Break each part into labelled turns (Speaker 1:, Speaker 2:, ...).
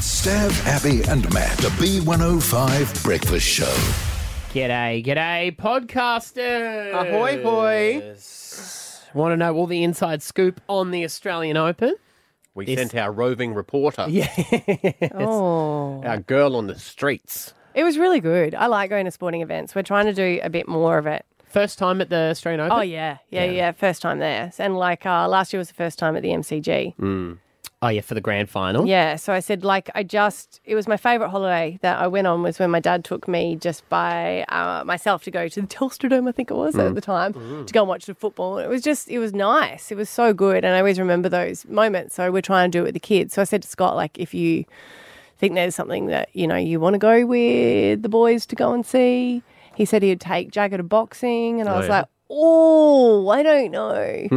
Speaker 1: Stav, Abby, and Matt. The B105 Breakfast Show.
Speaker 2: G'day, g'day, podcasters.
Speaker 3: Ahoy, hoy.
Speaker 2: Want to know all the inside scoop on the Australian Open?
Speaker 3: We
Speaker 2: This-
Speaker 3: sent our roving reporter,
Speaker 4: Oh,
Speaker 3: our girl on the streets.
Speaker 4: it was really good. I like going to sporting events. We're trying to do a bit more of it.
Speaker 2: First time at the Australian Open?
Speaker 4: Oh yeah, yeah, yeah. First time there, and like uh, last year was the first time at the MCG.
Speaker 2: Oh, yeah, for the grand final.
Speaker 4: Yeah, so I said like I just it was my favorite holiday that I went on was when my dad took me just by uh, myself to go to the Telstra Dome I think it was at the time to go and watch the football. It was just it was nice. It was so good, and I always remember those moments. So we're trying to do it with the kids. So I said to Scott like if you think there's something that you know you want to go with the boys to go and see, he said he'd take Jagger to boxing, and I was
Speaker 3: yeah.
Speaker 4: like, oh, I don't know.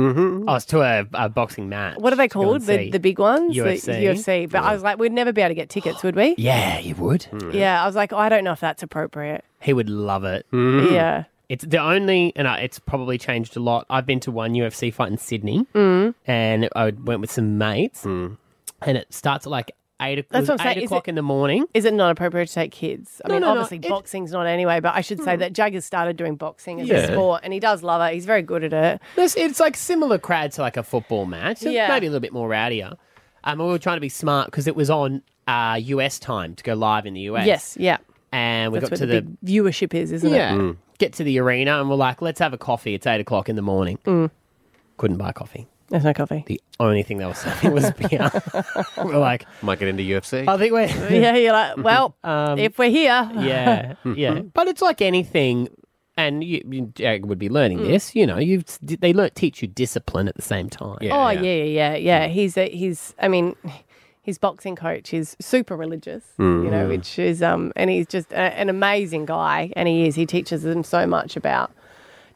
Speaker 2: Oh, it's to a, a boxing match.
Speaker 4: What are they
Speaker 2: to go and
Speaker 4: called? The,
Speaker 2: see.
Speaker 4: the big ones?
Speaker 2: UFC.
Speaker 4: The UFC. But I was like, we'd never be able to get tickets, would we?
Speaker 2: Yeah, you would.
Speaker 3: Hmm.
Speaker 4: Yeah, I was like, oh, I don't know if that's appropriate.
Speaker 2: He would love it.
Speaker 3: Mm-hmm.
Speaker 4: Yeah.
Speaker 2: It's the only, and I- it's probably changed a lot. I've been to one UFC fight in Sydney,
Speaker 4: Mm.
Speaker 2: and I went with some mates,
Speaker 3: Hmm.
Speaker 2: and it starts at like eight, o-
Speaker 4: That's
Speaker 2: was
Speaker 4: what I'm
Speaker 2: eight
Speaker 4: saying, is
Speaker 2: o'clock
Speaker 4: it-
Speaker 2: in the morning.
Speaker 4: Is it not appropriate to take kids? I
Speaker 2: No,
Speaker 4: mean,
Speaker 2: no, no,
Speaker 4: obviously,
Speaker 2: it- Hmm.
Speaker 4: boxing's not anyway, but I should say that Jagger's started doing boxing as
Speaker 3: Yeah.
Speaker 4: a sport and he does love it. He's very good at it.
Speaker 2: It's, it's like similar crowd to like a football match, It's
Speaker 4: Yeah.
Speaker 2: maybe a little bit more rowdier. Um, we were trying to be smart because it was on uh, US time to go live in the US.
Speaker 4: Yes, yeah.
Speaker 2: and we
Speaker 4: That's what
Speaker 2: got to
Speaker 4: the,
Speaker 2: the,
Speaker 4: big viewership is, isn't
Speaker 2: yeah,
Speaker 4: it?
Speaker 3: Mm.
Speaker 2: get to the arena, and we're like, let's have a coffee. It's eight o'clock in the morning.
Speaker 4: Mm.
Speaker 2: Couldn't buy coffee.
Speaker 4: There's no coffee.
Speaker 2: The only thing they were serving was beer. we're like,
Speaker 3: Might get into UFC.
Speaker 2: Oh, I think we're
Speaker 4: yeah, you're like, well, if we're here.
Speaker 2: Um, yeah, yeah. But it's like anything, and you, you Jag would be learning this. You know, you they learn teach you discipline at the same time.
Speaker 3: Yeah.
Speaker 4: Oh yeah, yeah, yeah, yeah. He's a, he's. I mean, his boxing coach is super religious, you know, which is um, and he's just a, an amazing guy, and he is. He teaches them so much about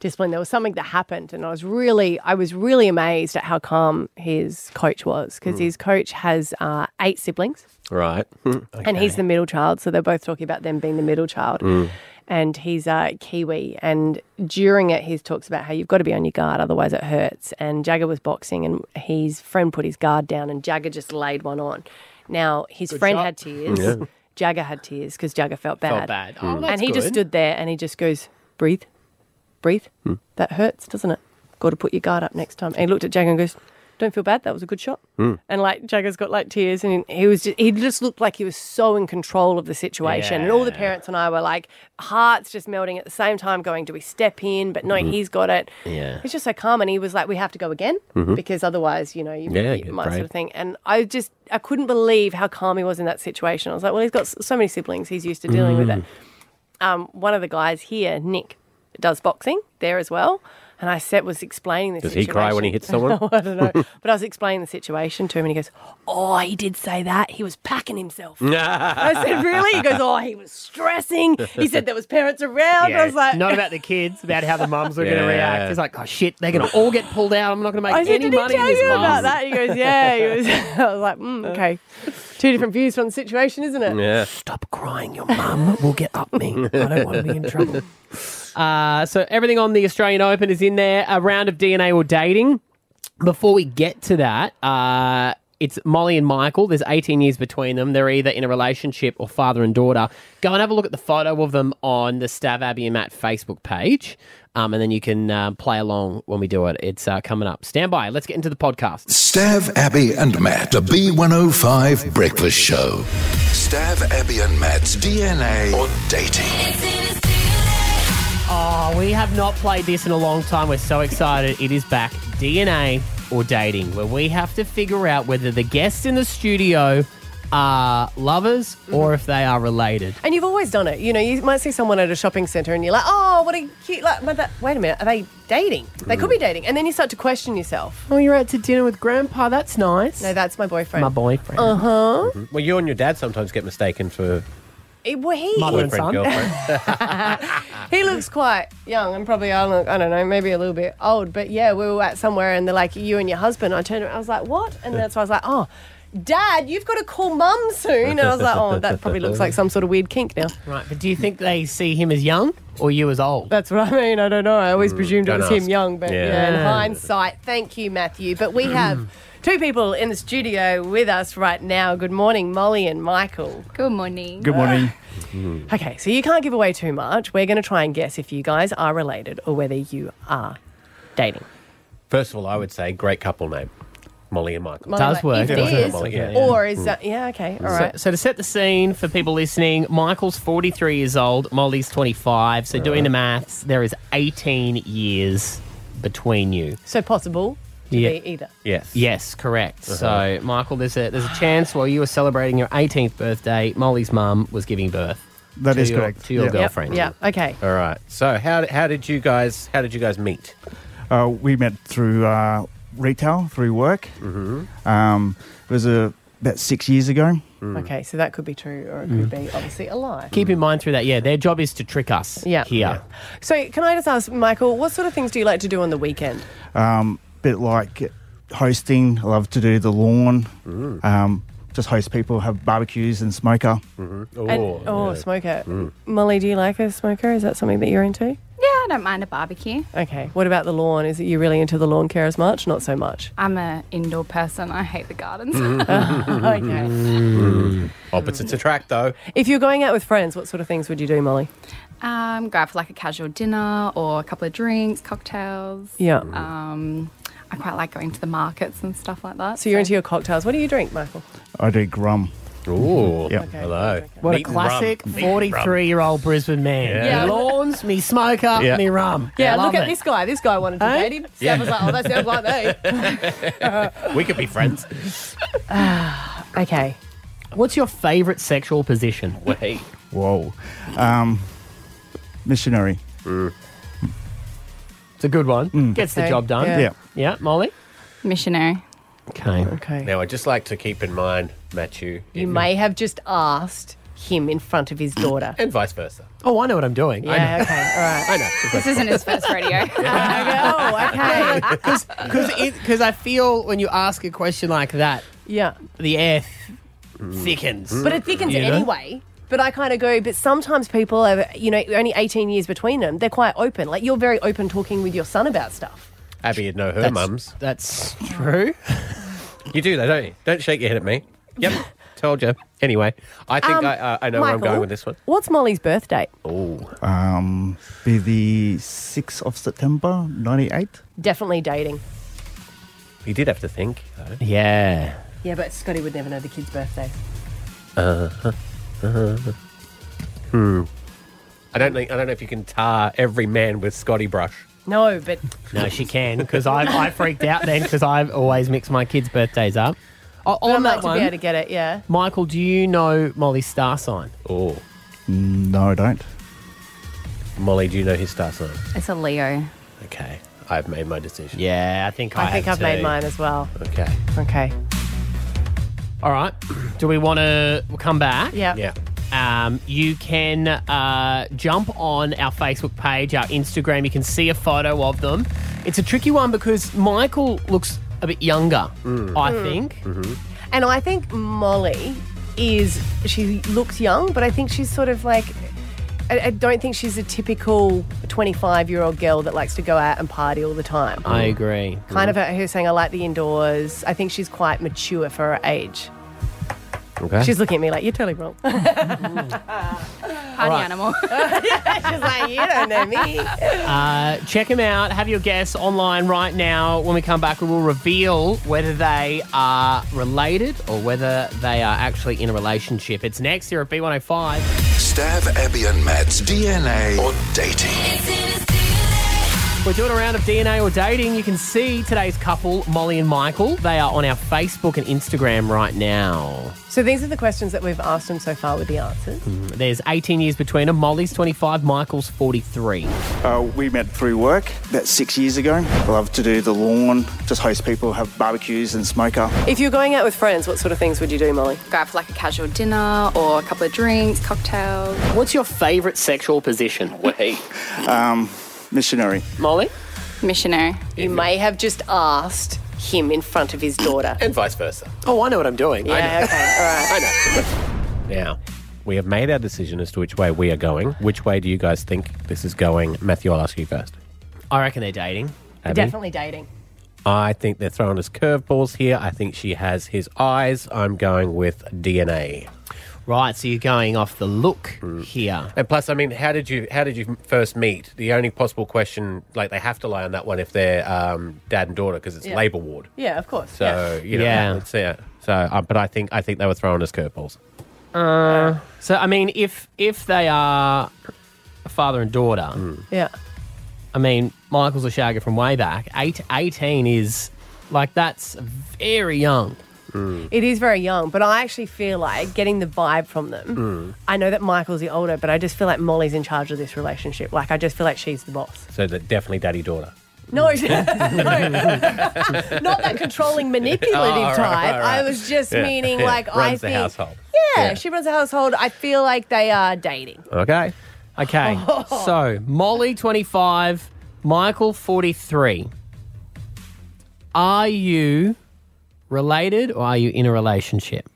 Speaker 4: discipline. There was something that happened, and I was really, I was really amazed at how calm his coach was because his coach has uh, eight siblings.
Speaker 3: Right.
Speaker 4: And he's the middle child, so they're both talking about them being the middle child.
Speaker 2: Mm.
Speaker 4: And he's a Kiwi, and during it, he talks about how you've got to be on your guard, otherwise it hurts. And Jagger was boxing, and his friend put his guard down, and Jagger just laid one on. Now his friend
Speaker 2: shot.
Speaker 4: had tears. Jagger had tears because Jagger felt bad. Mm.
Speaker 2: Felt bad. Oh, that's
Speaker 4: and he just
Speaker 2: good.
Speaker 4: stood there, and he just goes, "Breathe, breathe. That hurts, doesn't it? Got to put your guard up next time." And he looked at Jagger and goes, "Don't feel bad. That was a good shot."
Speaker 2: Mm.
Speaker 4: And like Jagger's got like tears, and he was just, he just looked like he was so in control of the situation. And all the parents and I were like, hearts just melting at the same time, going, "Do we step in?" But no,
Speaker 3: Mm-hmm.
Speaker 4: he's got it.
Speaker 2: Yeah.
Speaker 4: It's just so calm, and he was like, "We have to go again because otherwise, you know, you,
Speaker 3: Mm-hmm. Yeah,
Speaker 4: you
Speaker 3: get
Speaker 4: might sort
Speaker 3: brave.
Speaker 4: of thing." And I just I couldn't believe how calm he was in that situation. I was like, "Well, he's got s- so many siblings; he's used to dealing with
Speaker 3: Mm.
Speaker 4: it." um, one of the guys here, Nick, does boxing there as well. And I said, was explaining this.
Speaker 3: Does he cry when he hits someone?
Speaker 4: I don't know, but I was explaining the situation to him, and he goes, "Oh, he did say that. He was packing himself." I said, "Really?" He goes, "Oh, he was stressing." He said there was parents around. I was like,
Speaker 2: not about the kids, about how the mums are going to
Speaker 3: Yeah.
Speaker 2: react. It's like, oh shit, they're going to all get pulled out. I'm not going to make
Speaker 4: I said,
Speaker 2: any
Speaker 4: "Did he
Speaker 2: money in
Speaker 4: tell
Speaker 2: this
Speaker 4: you about
Speaker 2: month."
Speaker 4: that?" He goes, "Yeah." He was, I was like, mm, "Okay, two different views on the situation, isn't it?"
Speaker 3: yeah.
Speaker 2: Stop crying, your mum will get up me. I don't want to be in trouble. Uh, so everything on the Australian Open is in there. A round of DNA or dating. Before we get to that, uh, it's Molly and Michael. There's 18 years between them. They're either in a relationship or father and daughter. Go and have a look at the photo of them on the Stav Abbey and Matt Facebook page, um, and then you can uh, play along when we do it. It's uh, coming up. Stand by. Let's get into the podcast.
Speaker 1: Stav, Abby, and Matt. The B105 Breakfast Show. Stav, Abby, and Matt's DNA or dating.
Speaker 2: Oh, we have not played this in a long time. We're so excited. It is back DNA or dating, where we have to figure out whether the guests in the studio are lovers
Speaker 4: Mm-hmm.
Speaker 2: or if they are related.
Speaker 4: And you've always done it. You know, you might see someone at a shopping centre and you're like, oh, what a cute, like, but that, wait a minute, are they dating? They could be dating. And then you start to question yourself.
Speaker 2: Oh, you're out to dinner with grandpa. That's nice.
Speaker 4: No, that's my boyfriend.
Speaker 2: my boyfriend. Uh-huh.
Speaker 3: Mm-hmm. Well, you and your dad sometimes get mistaken for
Speaker 4: Eh, well, he,
Speaker 2: Mother-
Speaker 3: boyfriend,
Speaker 2: son?
Speaker 3: girlfriend.
Speaker 4: he looks quite young and probably, I don't, I don't know, maybe a little bit old. But yeah, we were at somewhere and they're like, you and your husband. I turned around, I was like, what? And that's why I was like, oh, dad, you've got to call mum soon. And I was like, oh, that probably looks like some sort of weird kink now.
Speaker 2: Right, but do you think they see him as young or you as old?
Speaker 4: That's what I mean. I don't know. I always presumed it
Speaker 3: Mm, don't
Speaker 4: was
Speaker 3: ask.
Speaker 4: him young, but
Speaker 3: Yeah.
Speaker 4: yeah. in hindsight, thank you, Matthew. But we have two people in the studio with us right now. Good morning, Molly and Michael. Ah.
Speaker 5: Good morning.
Speaker 6: Good morning.
Speaker 3: Mm.
Speaker 4: Okay, so you can't give away too much. We're going to try and guess if you guys are related or whether you are dating.
Speaker 3: First of all, I would say great couple name, Molly and Michael.
Speaker 4: Molly,
Speaker 2: Does
Speaker 4: like,
Speaker 2: work,
Speaker 4: if
Speaker 2: doesn't
Speaker 4: it
Speaker 2: it,
Speaker 4: is,
Speaker 3: Molly? Yeah.
Speaker 4: Or is that, yeah, okay, all right.
Speaker 2: So to set the scene for people listening, Michael's 43 years old, Molly's 25. So doing the maths, there is 18 years between you.
Speaker 4: So possible to
Speaker 2: Yeah.
Speaker 4: be either.
Speaker 3: Yes. Uh-huh.
Speaker 2: Yes, correct. So Michael, there's a there's a chance while you were celebrating your 18th birthday, Molly's mum was giving birth.
Speaker 6: That
Speaker 2: to
Speaker 6: is
Speaker 2: your-
Speaker 6: correct.
Speaker 2: To your
Speaker 6: Yeah.
Speaker 4: Yep,
Speaker 2: girlfriend.
Speaker 4: Yeah, okay.
Speaker 3: All right. So how how did you guys how did you guys meet?
Speaker 6: Uh, we met through uh, retail, through work. Mm-hmm. Um, it was uh, about six years ago.
Speaker 3: Hmm.
Speaker 4: Okay, so that could be true or it could be obviously a lie.
Speaker 2: Keep in mind through that, yeah, their job is to trick us
Speaker 4: Yeah.
Speaker 2: here.
Speaker 4: So, can I just ask, Michael, what sort of things do you like to do on the weekend?
Speaker 6: Um, bit like hosting. I love to do the lawn. Um, just host people, have barbecues and smoker.
Speaker 4: And-
Speaker 3: Oh,
Speaker 4: oh,
Speaker 2: Uh,
Speaker 4: smoker. Molly, do you like a smoker? Is that something that you're into?
Speaker 5: Yeah, I don't mind a barbecue.
Speaker 4: Okay. What about the lawn? Is it you really into the lawn care as much? Not so much.
Speaker 5: I'm an indoor person. I hate the gardens.
Speaker 4: okay.
Speaker 2: Mm.
Speaker 3: Opposites attract, though.
Speaker 4: If you're going out with friends, what sort of things would you do, Molly?
Speaker 5: um, go out for like a casual dinner or a couple of drinks, cocktails.
Speaker 4: Yeah.
Speaker 5: Um, I quite like going to the markets and stuff like that.
Speaker 4: so you're into your cocktails. What do you drink, Michael?
Speaker 6: I do grum.
Speaker 3: Ooh.
Speaker 6: Yep.
Speaker 4: Okay.
Speaker 3: Hello.
Speaker 2: What
Speaker 3: Meat
Speaker 2: a
Speaker 3: and rum.
Speaker 2: classic
Speaker 3: Meat and rum.
Speaker 2: 43 year old Brisbane man.
Speaker 3: Yeah.
Speaker 2: Me lawns, me smoker,
Speaker 3: Yeah.
Speaker 2: me rum.
Speaker 4: Yeah,
Speaker 2: I
Speaker 4: look
Speaker 2: love
Speaker 4: at
Speaker 2: it.
Speaker 4: this guy. This guy wanted to date him. So I was like, oh, that sounds like me.
Speaker 3: We could be friends.
Speaker 4: okay.
Speaker 2: What's your favourite sexual position?
Speaker 3: Wait.
Speaker 6: Whoa. Um, missionary.
Speaker 2: Mm. It's a good one.
Speaker 6: Mm.
Speaker 2: Gets the
Speaker 4: Okay.
Speaker 2: job done.
Speaker 4: Yeah.
Speaker 6: Yeah.
Speaker 2: Yeah, Molly?
Speaker 5: missionary.
Speaker 2: Okay.
Speaker 4: Okay.
Speaker 3: Now I just like to keep in mind, Matthew,
Speaker 4: you may have just asked him in front of his daughter.
Speaker 3: and vice versa.
Speaker 2: Oh, I know what I'm doing. I know.
Speaker 4: yeah, okay. All right.
Speaker 3: I know.
Speaker 5: This isn't his first radio.
Speaker 4: oh, okay.
Speaker 2: Because I feel when you ask a question like that,
Speaker 4: Yeah.
Speaker 2: the air th- Mm. thickens.
Speaker 4: But it thickens
Speaker 2: You know?
Speaker 4: anyway. But I kind of go, but sometimes people are, you know, only 18 years between them. They're quite open. Like, you're very open talking with your son about stuff.
Speaker 3: Abby would know her
Speaker 2: that's,
Speaker 3: mums.
Speaker 2: That's true.
Speaker 3: You do though, don't you? Don't shake your head at me. Yep. Told you. Anyway, I think
Speaker 4: Um,
Speaker 3: I, uh, I I know where I'm going with this one.
Speaker 4: What's Molly's birth date?
Speaker 3: Oh.
Speaker 6: Um, be the 6th of September, 98.
Speaker 4: Definitely dating.
Speaker 3: You did have to think. though.
Speaker 2: Yeah.
Speaker 4: Yeah, but Scotty would never know the kid's birthday.
Speaker 2: Uh-huh. Hmm.
Speaker 3: I don't think I don't know if you can tar every man with Scotty brush.
Speaker 4: No, but
Speaker 2: No, she can because I, I freaked out then because I've always mixed my kids' birthdays up. O-
Speaker 4: I'd
Speaker 2: on
Speaker 4: like
Speaker 2: that
Speaker 4: to be able
Speaker 2: one,
Speaker 4: to get it, yeah.
Speaker 2: Michael, do you know Molly's star sign?
Speaker 3: Oh.
Speaker 6: No, I don't.
Speaker 3: Molly, do you know his star sign?
Speaker 5: It's a Leo.
Speaker 3: Okay. I've made my decision.
Speaker 2: Yeah, I think I,
Speaker 4: I think I've
Speaker 2: have
Speaker 4: made
Speaker 2: too.
Speaker 4: mine as well.
Speaker 3: Okay.
Speaker 4: Okay.
Speaker 2: All right. Do we want to come back?
Speaker 4: Yeah.
Speaker 3: Yeah.
Speaker 2: Um, you can uh, jump on our Facebook page, our Instagram. You can see a photo of them. It's a tricky one because Michael looks a bit younger, I think.
Speaker 4: And I think Molly is, she looks young, but I think she's sort of like, I, I don't think she's a typical 25 year old girl that likes to go out and party all the time.
Speaker 2: I agree.
Speaker 3: Mm.
Speaker 4: kind of at her saying, I like the indoors. I think she's quite mature for her age.
Speaker 3: Okay.
Speaker 4: She's looking at me like, you're totally wrong. she's
Speaker 5: Party animal.
Speaker 4: like, you don't know me.
Speaker 2: Uh, check them out. Have your guess online right now. When we come back, we will reveal whether they are related or whether they are actually in a relationship. It's next here at B105.
Speaker 1: Stav, Abby, and Matt's DNA or dating.
Speaker 2: We're doing a round of DNA or dating. You can see today's couple, Molly and Michael. They are on our Facebook and Instagram right now. Hmm,
Speaker 4: So these are the questions that we've asked them so far with the answers.
Speaker 2: There's 18 years between them. Molly's 25, Michael's 43.
Speaker 6: Uh, we met through work about six years ago. I love to do the lawn, just host people, have barbecues and smoker.
Speaker 4: If you're going out with friends, what sort of things would you do, Molly?
Speaker 5: go out for like a casual dinner or a couple of drinks, cocktails.
Speaker 2: What's your favourite sexual position?
Speaker 6: Um, missionary.
Speaker 2: Molly?
Speaker 5: Missionary.
Speaker 4: You may have just asked him in front of his daughter.
Speaker 3: and vice versa.
Speaker 2: Oh, I know what I'm doing.
Speaker 4: yeah, okay, all right.
Speaker 3: Now, we have made our decision as to which way we are going. Which way do you guys think this is going? Matthew, I'll ask you first.
Speaker 2: I reckon they're dating.
Speaker 3: Abby?
Speaker 4: Definitely dating.
Speaker 3: I think they're throwing us curveballs here. I think she has his eyes. I'm going with DNA.
Speaker 2: Right, so you're going off the look here.
Speaker 3: Mm. And plus, I mean, how did you how did you first meet? The only possible question, like they have to lie on that one if they're um, dad and daughter because it's
Speaker 4: Yeah.
Speaker 3: labour ward.
Speaker 4: Yeah, of course.
Speaker 3: So you know,
Speaker 2: Yeah.
Speaker 3: it's, yeah. So, uh, but I think I think they were throwing us curveballs.
Speaker 2: Uh, So I mean, if if they are a father and daughter,
Speaker 3: Mm.
Speaker 4: yeah.
Speaker 2: I mean, Michael's a shagger from way back. Eight, 18 is like that's very young.
Speaker 4: yeah.
Speaker 3: Mm.
Speaker 4: It is very young, but I actually feel like getting the vibe from them.
Speaker 3: Mm.
Speaker 4: I know that Michael's the older, but I just feel like Molly's in charge of this relationship. Like I just feel like she's the boss.
Speaker 3: So that definitely daddy daughter.
Speaker 4: No, she- no. not that controlling, manipulative
Speaker 3: Oh, all right,
Speaker 4: type.
Speaker 3: all right.
Speaker 4: I was just
Speaker 3: Yeah,
Speaker 4: meaning
Speaker 3: yeah.
Speaker 4: like I
Speaker 3: Runs the
Speaker 4: think.
Speaker 3: household.
Speaker 4: Yeah,
Speaker 3: Yeah.
Speaker 4: she runs the household. I feel like they are dating.
Speaker 3: Okay.
Speaker 2: Okay, so Molly twenty five, Michael forty three. Are you related or are you in a relationship?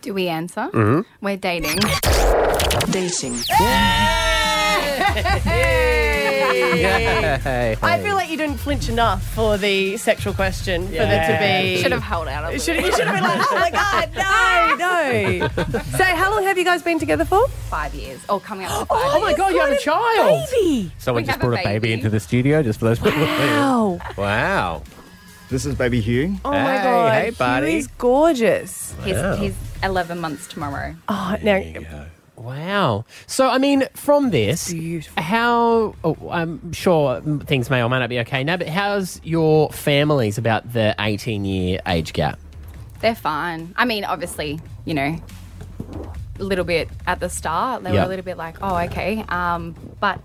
Speaker 5: Do we answer?
Speaker 3: Mm-hmm.
Speaker 5: We're dating.
Speaker 7: Dating.
Speaker 4: I feel like you didn't flinch enough for the sexual question for there to be.
Speaker 5: Should have held out.
Speaker 4: You
Speaker 5: A little.
Speaker 4: should, you should have been like, oh my god, no, no. So, how long have you guys been together for?
Speaker 5: five years. Oh, coming up. To five
Speaker 2: Oh my god, you have a child.
Speaker 4: Baby.
Speaker 3: Someone
Speaker 5: We
Speaker 3: just
Speaker 5: have a
Speaker 3: brought a baby.
Speaker 5: baby.
Speaker 3: into the studio just for those people.
Speaker 4: Wow.
Speaker 3: Wow.
Speaker 6: This is baby Hugh.
Speaker 4: Oh my
Speaker 3: Hey,
Speaker 4: god.
Speaker 3: hey, buddy.
Speaker 4: He's gorgeous.
Speaker 5: He's, he's 11 months tomorrow.
Speaker 4: Oh, now,
Speaker 2: Wow. So, I mean, from this,
Speaker 4: Beautiful.
Speaker 2: how oh, I'm sure things may or may not be okay now, but how's your families about the 18 year age gap?
Speaker 5: They're fine. I mean, obviously, you know, a little bit at the start, they
Speaker 2: Yeah.
Speaker 5: were a little bit like, oh, okay. Um, but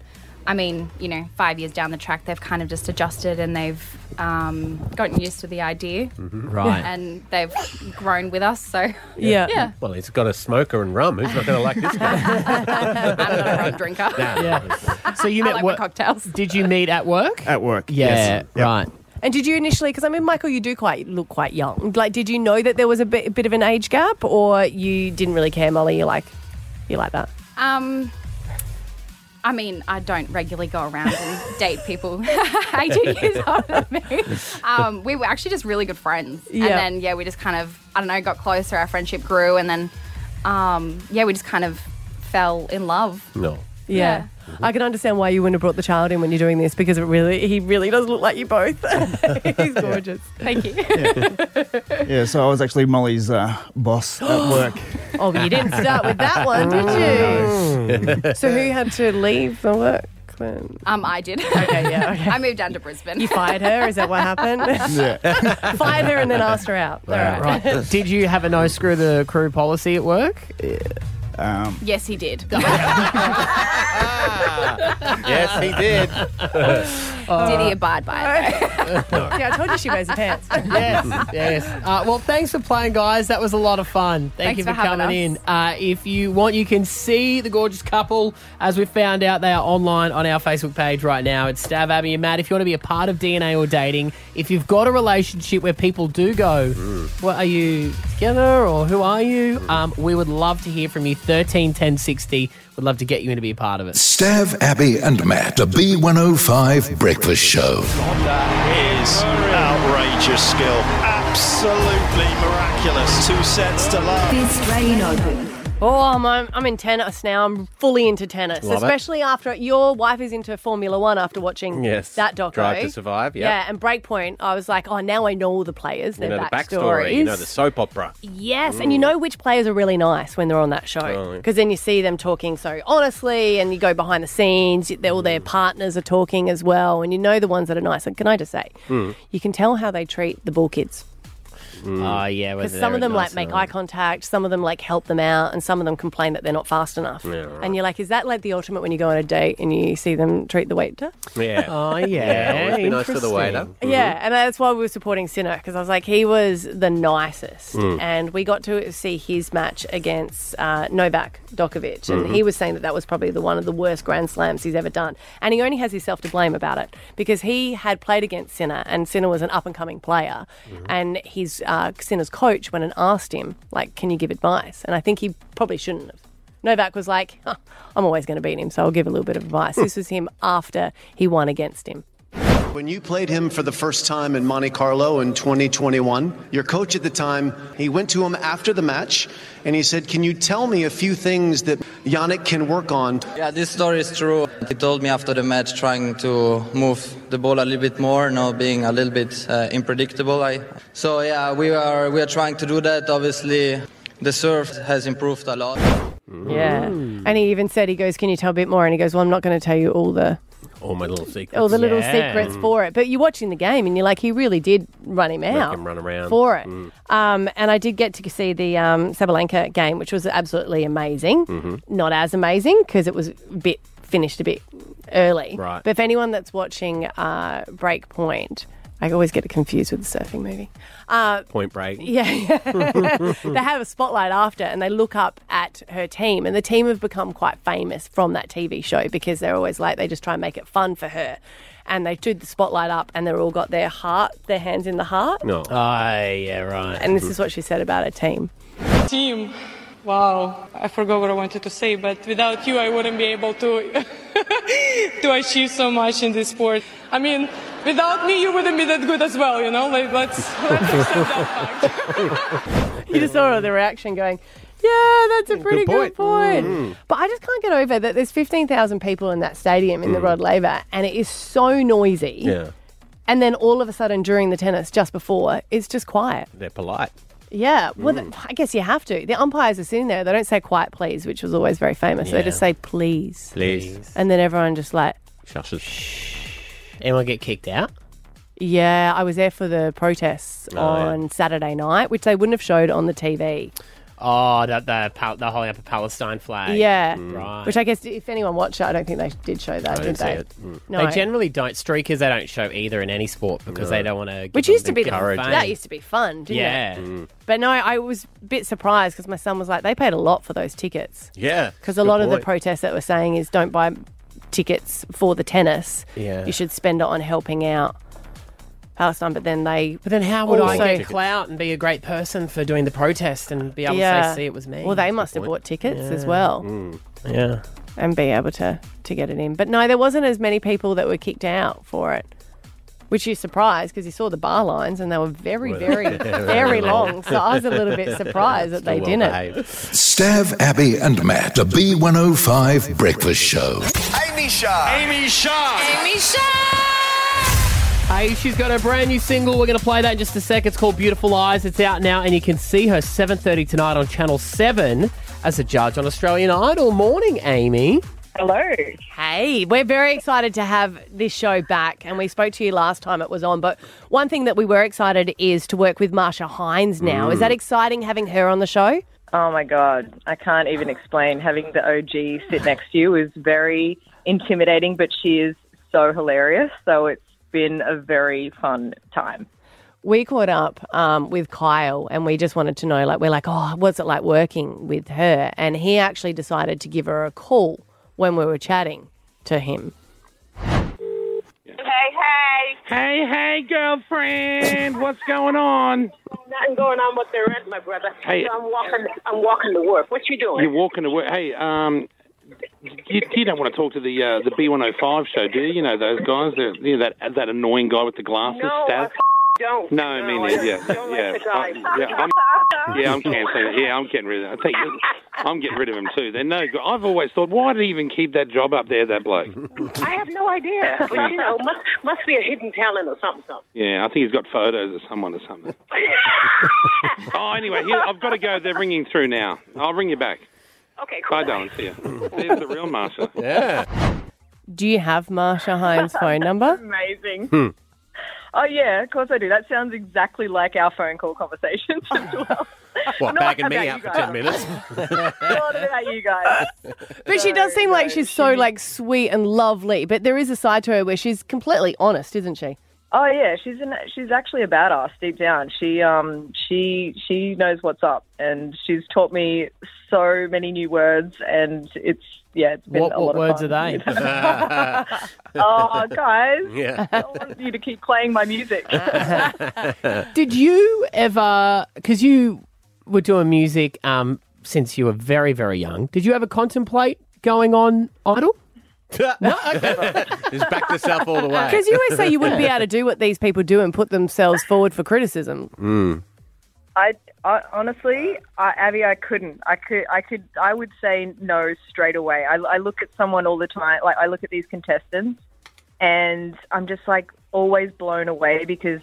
Speaker 5: I mean, you know, five years down the track, they've kind of just adjusted and they've um, gotten used to the idea
Speaker 2: Right.
Speaker 5: and they've grown with us. So
Speaker 4: yeah.
Speaker 5: yeah,
Speaker 3: Well, he's got a smoker and rum. Who's not going to like this guy?
Speaker 5: I'm not a rum drinker.
Speaker 2: yeah. So you
Speaker 5: I
Speaker 2: met
Speaker 5: like
Speaker 2: work.
Speaker 5: my cocktails.
Speaker 2: Did you meet at work?
Speaker 6: At work.
Speaker 2: yeah.
Speaker 6: Yes. Yep.
Speaker 2: Right.
Speaker 4: And did you initially? Because I mean, Michael, you do quite look quite young. Like, did you know that there was a bit, bit of an age gap, or you didn't really care, Molly? You're like, you like that.
Speaker 5: Um, I mean, I don't regularly go around and date people 18 years older than me. Um, we were actually just really good friends.
Speaker 4: Yeah.
Speaker 5: And then, yeah, we just kind of, I don't know, got closer. Our friendship grew. And then, um, yeah, we just kind of fell in love.
Speaker 3: no.
Speaker 4: Yeah.
Speaker 5: Mm-hmm.
Speaker 4: I can understand why you wouldn't have brought the child in when you're doing this because it really he really does look like you both. He's gorgeous.
Speaker 5: Thank you.
Speaker 6: Yeah, so I was actually Molly's uh, boss at work. Mm,
Speaker 4: Oh, but you didn't start with that one, did
Speaker 5: Mm,
Speaker 4: you? so who had to leave the work then?
Speaker 5: Um, I did.
Speaker 4: Okay, yeah, okay.
Speaker 5: I moved down to Brisbane.
Speaker 4: You fired her, is that what happened?
Speaker 6: Yeah.
Speaker 4: fired her and then asked her out. All right.
Speaker 2: Right. Did you have a no screw the crew policy at work?
Speaker 4: Um.
Speaker 5: yes, he did.
Speaker 3: Ah. Yes, he did.
Speaker 5: did he abide by it?
Speaker 4: Oh. Yeah, I told you she wears her pants.
Speaker 2: yes, yes. Uh, well, thanks for playing, guys. That was a lot of fun. Thank
Speaker 5: Thanks
Speaker 2: you for,
Speaker 5: for having
Speaker 2: coming in. Uh, if you want, you can see the gorgeous couple. As we found out, they are online on our Facebook page right now. It's Stav, Abby, and Matt. If you want to be a part of DNA or dating, if you've got a relationship where people do go, well, are you together or who are you? Um, we would love to hear from you. 13 10 60. Would love to get you in to be a part of it.
Speaker 1: Stav, Abby, and Matt, the B105 Breakfast Show.
Speaker 8: is outrageous skill. Absolutely miraculous. Two sets to love.
Speaker 7: The Australian Open.
Speaker 4: Oh, I'm, I'm, I'm in tennis now. I'm fully into tennis,
Speaker 3: Love it.
Speaker 4: especially after your wife is into Formula One after watching
Speaker 3: Yes.
Speaker 4: that doco.
Speaker 3: Drive to Survive, yep.
Speaker 4: Yeah, and Breakpoint. I was like, oh, now I know all the players,
Speaker 3: You
Speaker 4: their
Speaker 3: know the
Speaker 4: backstories.
Speaker 3: backstory. You know the soap opera.
Speaker 4: yes, and you know which players are really nice when they're on that show because then you see them talking so honestly, and you go behind the scenes. They're, all their partners are talking as well, and you know the ones that are nice. And can I just say,
Speaker 2: Mm.
Speaker 4: you can tell how they treat the bull kids.
Speaker 3: Mm.
Speaker 2: Oh, yeah.
Speaker 4: Because some of them like
Speaker 2: uh,
Speaker 4: make eye contact, some of them like help them out, and some of them complain that they're not fast enough. And you're like, is that like the ultimate when you go on a date and you see them treat the waiter?
Speaker 3: Yeah.
Speaker 2: Oh, yeah.
Speaker 3: always be nice to Mm-hmm. the
Speaker 2: Interesting.
Speaker 3: waiter.
Speaker 4: Yeah, and that's why we were supporting Sinner because I was like, he was the nicest,
Speaker 3: Mm.
Speaker 4: and we got to see his match against uh, Novak Djokovic, and
Speaker 3: Mm-hmm.
Speaker 4: he was saying that that was probably the one of the worst Grand Slams he's ever done, and he only has himself to blame about it because he had played against Sinner, and Sinner was an up and coming player,
Speaker 3: Mm-hmm.
Speaker 4: and his uh, Sinner's coach went and asked him like, "Can you give advice?" And I think he probably shouldn't have. Novak was like, "Huh,
Speaker 3: Hmm.
Speaker 4: I'm always going to beat him, so I'll give a little bit of advice. This was him after he won against him.
Speaker 8: When you played him for the first time in Monte Carlo in 2021, your coach at the time, he went to him after the match and he said, "Can you tell me a few things that Yannick can work on?"
Speaker 9: Yeah, this story is true. He told me after the match, trying to move the ball a little bit more, you know, being a little bit uh, unpredictable. I, so yeah, we are we are trying to do that. Obviously, the serve has improved a lot.
Speaker 4: Yeah. And he even said, he goes, Can you tell a bit more? And he goes, Well, I'm not going to tell you all the
Speaker 3: All my little secrets.
Speaker 4: all the little
Speaker 2: Yeah.
Speaker 3: Mm.
Speaker 4: secrets for it. But you're watching the game and you're like, he really did run him out.
Speaker 3: him run around. Mm.
Speaker 4: For it. Um, and I did get to see the um, Sabalenka game, which was absolutely amazing.
Speaker 3: Mm.
Speaker 2: Mm-hmm.
Speaker 4: Not as amazing because it was a bit finished a bit early.
Speaker 3: Right.
Speaker 4: But for anyone that's watching uh, Breakpoint, uh, I always get it confused with the surfing movie.
Speaker 3: Point break.
Speaker 4: Yeah, they have a spotlight after, and they look up at her team, and the team have become quite famous from that TV show because they're always like they just try and make it fun for her, and they do the spotlight up, and they're all got their heart, their hands in the heart,
Speaker 3: No.
Speaker 2: Ah, yeah, right.
Speaker 4: and this is what she said about her team.
Speaker 10: team. Wow, I forgot what I wanted to say, but without you, I wouldn't be able to to achieve so much in this sport. I mean, without me, you wouldn't be that good as well. You know, like let's let's accept that fact.
Speaker 4: You just saw the reaction going. Yeah, that's a pretty good point. Mm.
Speaker 3: point."
Speaker 4: But I just can't get over that there's 15,000 people in that stadium in the Rod Laver and it is so noisy.
Speaker 3: Yeah.
Speaker 4: And then all of a sudden during the tennis, just before, it's just quiet.
Speaker 3: They're polite.
Speaker 4: Yeah, well, th I guess you have to. The umpires are sitting there. They don't say "quiet, please," which was always very famous. They just say "please,"
Speaker 3: Please.
Speaker 4: and then everyone just like,
Speaker 3: Shush us.
Speaker 2: Anyone get kicked out?
Speaker 4: "Yeah, I was there for the protests on Saturday night, which they wouldn't have showed on the TV."
Speaker 2: Oh, the, the, pal- the holding up a Palestine flag.
Speaker 4: yeah,
Speaker 2: right.
Speaker 4: Which I guess if anyone watched it, I don't think they did show that, did
Speaker 3: didn't
Speaker 4: they?
Speaker 3: Mm. see it. Mm.
Speaker 4: No.
Speaker 2: They generally don't. Streakers, they don't show either in any sport because they don't want to.
Speaker 4: which used to be the,
Speaker 2: courage.
Speaker 4: that used to be fun, didn't it?
Speaker 2: yeah.
Speaker 3: Mm.
Speaker 4: But no, I was a bit surprised because my son was like, "They paid a lot for those tickets."
Speaker 3: Yeah.
Speaker 4: Because a lot of the protests that we're saying is don't buy tickets for the tennis.
Speaker 2: Yeah.
Speaker 4: You should spend it on helping out Palestine. But then they.
Speaker 2: But then how would
Speaker 4: Also-
Speaker 2: I get clout and be a great person for doing the protest and be able to
Speaker 4: Yeah.
Speaker 2: say, see, it was me?
Speaker 4: Well, they must have bought tickets as well
Speaker 8: Mm.
Speaker 2: Yeah.
Speaker 4: and be able to, to get it in. But no, there wasn't as many people that were kicked out for it, which is surprised because you saw the bar lines and they were very, very, very long. So I was a little bit surprised that they didn't.
Speaker 1: Stav, Abby, and Matt, the B105 Breakfast Show.
Speaker 8: Amy Shaw. Amy Shaw.
Speaker 2: Hey, she's got a brand new single. We're going to play that in just a sec. It's called Beautiful Eyes. It's out now, and you can see her 7.30 tonight on Channel 7 as a judge on Australian Idol. Morning, Amy.
Speaker 4: Hey, we're very excited to have this show back, and we spoke to you last time it was on. But one thing that we were excited is to work with Marsha Hines now. Is that exciting having her on the show?
Speaker 11: Oh my god, I can't even explain. Having the OG sit next to you is very intimidating, but she is so hilarious. So it's been a very fun time.
Speaker 4: We caught up um, with Kyle, and we just wanted to know, like, we're like, oh, what's it like working with her? And he actually decided to give her a call when we were chatting to him.
Speaker 10: Hey, hey. Hey, hey, girlfriend. What's going on? Nothing going on with the red, my brother. Hey. I'm walking I'm walking to work. What you doing? You're walking to work. Hey, um you, you don't want to talk to the uh, the B105 show, do you? You know those guys, the, you know, that that annoying guy with the glasses. No, I don't. No, me neither. Yeah, yeah, I, yeah. I'm, yeah, I'm canceling. it. Yeah, I'm getting rid of. Him. I think I'm getting rid of him too. They're no good. I've always thought, why did he even keep that job up there? That bloke.
Speaker 11: I have no idea, but you know, must must be a hidden talent or something. something.
Speaker 10: Yeah, I think he's got photos of someone or something. oh, anyway, here, I've got to go. They're ringing through now. I'll ring you back.
Speaker 11: Okay,
Speaker 10: Bye, darling. See you. There's the real Marsha.
Speaker 4: Do you have Marsha Hines' phone number?
Speaker 11: Amazing.
Speaker 4: Hmm.
Speaker 11: Oh yeah, of course I do. That sounds exactly like our phone call conversations as well.
Speaker 3: What,
Speaker 11: Not
Speaker 3: bagging
Speaker 11: about
Speaker 3: me
Speaker 11: you
Speaker 3: out for
Speaker 11: guys.
Speaker 3: 10 minutes?
Speaker 11: Not about you guys.
Speaker 4: But she does seem like she's so like sweet and lovely. But there is a side to her where she's completely honest, isn't she?
Speaker 11: Oh yeah, she's an, she's actually a badass deep down. She um she she knows what's up, and she's taught me so many new words, and it's yeah, it's been
Speaker 2: What,
Speaker 11: a lot
Speaker 2: what words are
Speaker 11: of
Speaker 2: they?
Speaker 11: fun. oh guys,
Speaker 3: Yeah.
Speaker 11: I want you to keep playing my music.
Speaker 2: Did you ever, because you were doing music um, since you were very, very young, did you ever contemplate going on Idol?
Speaker 3: Just back yourself all the way.
Speaker 4: Because you always say you wouldn't be able to do what these people do and put themselves forward for criticism.
Speaker 3: Mm.
Speaker 11: I, I honestly, I, Abby, I couldn't. I could, I could, I would say no straight away. I, I look at someone all the time. Like I look at these contestants, and I'm just like always blown away because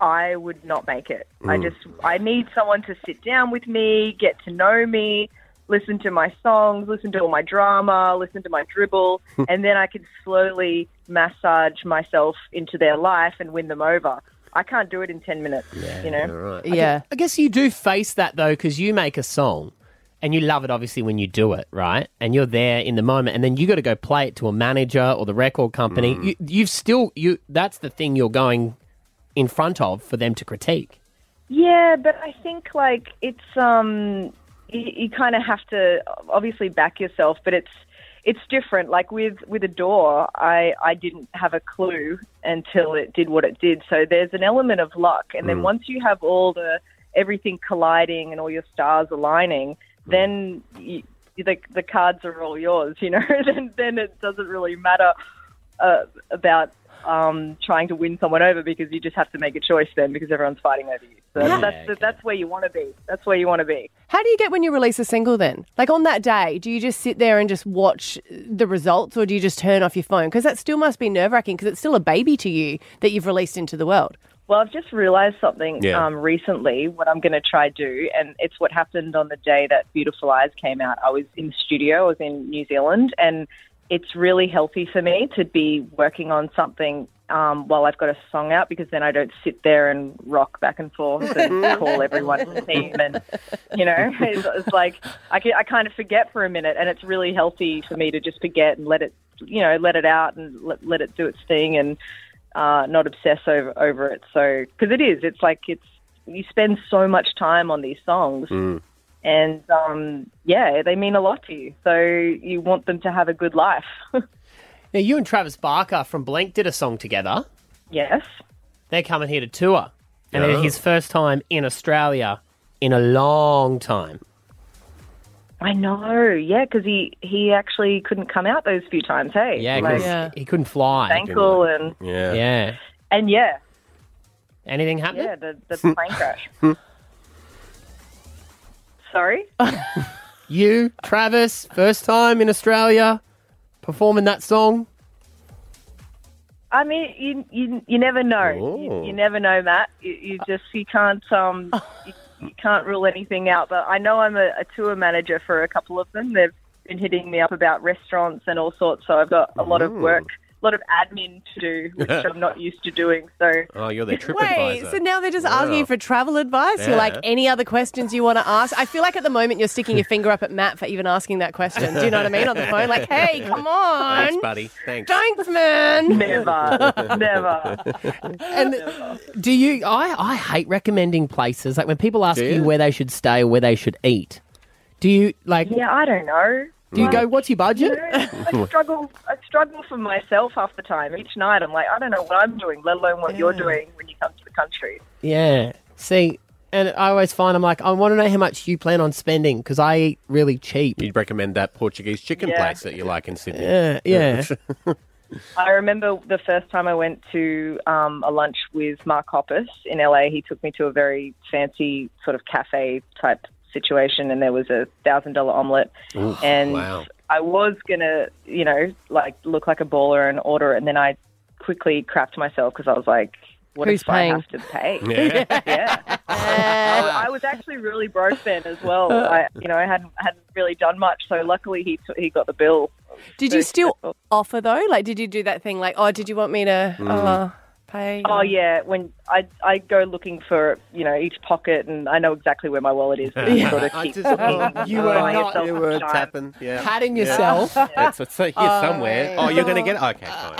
Speaker 11: I would not make it. I
Speaker 12: Mm.
Speaker 11: just, I need someone to sit down with me, get to know me, listen to my songs, listen to all my drama, listen to my dribble, and then I could slowly massage myself into their life and win them over. I can't do it in ten minutes. you know.
Speaker 2: I guess- I guess you do face that though, because you make a song and you love it obviously when you do it, right? And you're there in the moment, and then you got to go play it to a manager or the record company. You, you've still you. That's the thing you're going in front of for them to critique.
Speaker 11: Yeah, but I think like it's um you, you kind of have to obviously back yourself, but it's it's different. Like with with a door, I I didn't have a clue until it did what it did. So there's an element of luck, and then
Speaker 13: Mm.
Speaker 11: once you have all the everything colliding and all your stars aligning, then you, the the cards are all yours. You know, then then it doesn't really matter uh, about um, trying to win someone over because you just have to make a choice then because everyone's fighting over you. So
Speaker 4: Yeah.
Speaker 11: that's the, that's where you want to be. That's where you want to be.
Speaker 4: How do you get when you release a single then? Like on that day, do you just sit there and just watch the results or do you just turn off your phone? Because that still must be nerve wracking because it's still a baby to you that you've released into the world.
Speaker 11: Well, I've just realized something
Speaker 4: Yeah.
Speaker 11: um, recently. What I'm going to try do, and it's what happened on the day that Beautiful Eyes came out. I was in the studio. I was in New Zealand, and it's really healthy for me to be working on something um, while I've got a song out because then I don't sit there and rock back and forth and call everyone in the team. And, you know, it's, it's like I, ca- I kind of forget for a minute, and it's really healthy for me to just forget and let it, you know, let it out and let, let it do its thing and uh, not obsess over, over it. So, because it is, it's like it's, you spend so much time on these songs
Speaker 3: mm.
Speaker 11: and um, yeah, they mean a lot to you. So you want them to have a good life.
Speaker 2: Now you and Travis Barker from Blink did a song together.
Speaker 11: Yes.
Speaker 2: They're coming here to tour, and
Speaker 3: Oh.
Speaker 2: it's his first time in Australia in a long time.
Speaker 11: I know, yeah, because he he actually couldn't come out those few times. Hey,
Speaker 2: Yeah,
Speaker 11: Like,
Speaker 2: 'cause he couldn't fly.
Speaker 11: ankle and
Speaker 3: Yeah.
Speaker 2: Yeah.
Speaker 11: and yeah,
Speaker 2: Anything happening?
Speaker 11: yeah, the the plane crash. Sorry.
Speaker 2: You, Travis, first time in Australia performing that song.
Speaker 11: I mean, you you, you never know.
Speaker 2: Ooh.
Speaker 11: You,
Speaker 3: Oh.
Speaker 11: you never know, Matt. You, you just you can't um you, you can't rule anything out. But I know I'm a, a tour manager for a couple of them. They've been hitting me up about restaurants and all sorts. So I've got a lot of
Speaker 3: Ooh.
Speaker 11: work, a lot of admin to do, which I'm not used to doing. So
Speaker 3: Oh, you're their trip
Speaker 4: Wait,
Speaker 3: advisor.
Speaker 4: so now they're just asking
Speaker 3: Wow.
Speaker 4: you for travel advice? You're like,
Speaker 3: Yeah.
Speaker 4: any other questions you want to ask? I feel like at the moment you're sticking your finger up at Matt for even asking that question. Do you know what I mean? On the phone, like, hey, come on.
Speaker 3: Thanks, buddy. Thanks.
Speaker 4: Thanks, man.
Speaker 11: Never, never.
Speaker 2: And do you? I, I hate recommending places. Like when people ask
Speaker 11: Do
Speaker 2: you?
Speaker 11: you?
Speaker 2: where they should stay or where they should eat, do you like?
Speaker 11: yeah, I don't know.
Speaker 2: Do you go? What's your budget?
Speaker 11: I struggle. I struggle for myself half the time. Each night, I'm like, I don't know what I'm doing, let alone what you're doing when you come to the country.
Speaker 2: yeah. See, and I always find I'm like, I want to know how much you plan on spending because I eat really cheap.
Speaker 3: You'd recommend that Portuguese chicken
Speaker 11: Yeah.
Speaker 3: place that you like in Sydney.
Speaker 2: Yeah, yeah.
Speaker 11: I remember the first time I went to um, a lunch with Mark Hoppus in LA. He took me to a very fancy sort of cafe type situation, and there was a thousand dollar omelet.
Speaker 13: Oof,
Speaker 11: and
Speaker 13: wow.
Speaker 11: I was gonna, you know, like look like a baller and order it, and then I quickly crapped myself because I was like, "What
Speaker 4: Who's
Speaker 11: if I
Speaker 4: paying?
Speaker 11: have to pay?"
Speaker 4: Yeah.
Speaker 11: Yeah. I, I was actually really broke then as well. I, you know, I hadn't hadn't really done much, so luckily he t- he got the bill.
Speaker 4: Did you still offer though? Like, did you do that thing? Like, oh, did you want me to
Speaker 11: Mm.
Speaker 4: uh, pay?
Speaker 11: Oh yeah, when I I go looking for you know each pocket, and I know exactly where my wallet is. But you sort of
Speaker 3: I
Speaker 11: keep
Speaker 3: just-
Speaker 11: looking, Oh,
Speaker 3: you were
Speaker 11: buying
Speaker 3: not-
Speaker 11: yourself
Speaker 3: you were
Speaker 11: some
Speaker 3: tapping, yeah.
Speaker 2: Patting yourself.
Speaker 3: That's it's like here
Speaker 11: Oh,
Speaker 3: somewhere.
Speaker 11: yeah.
Speaker 3: Oh, you're gonna get it. Okay, fine.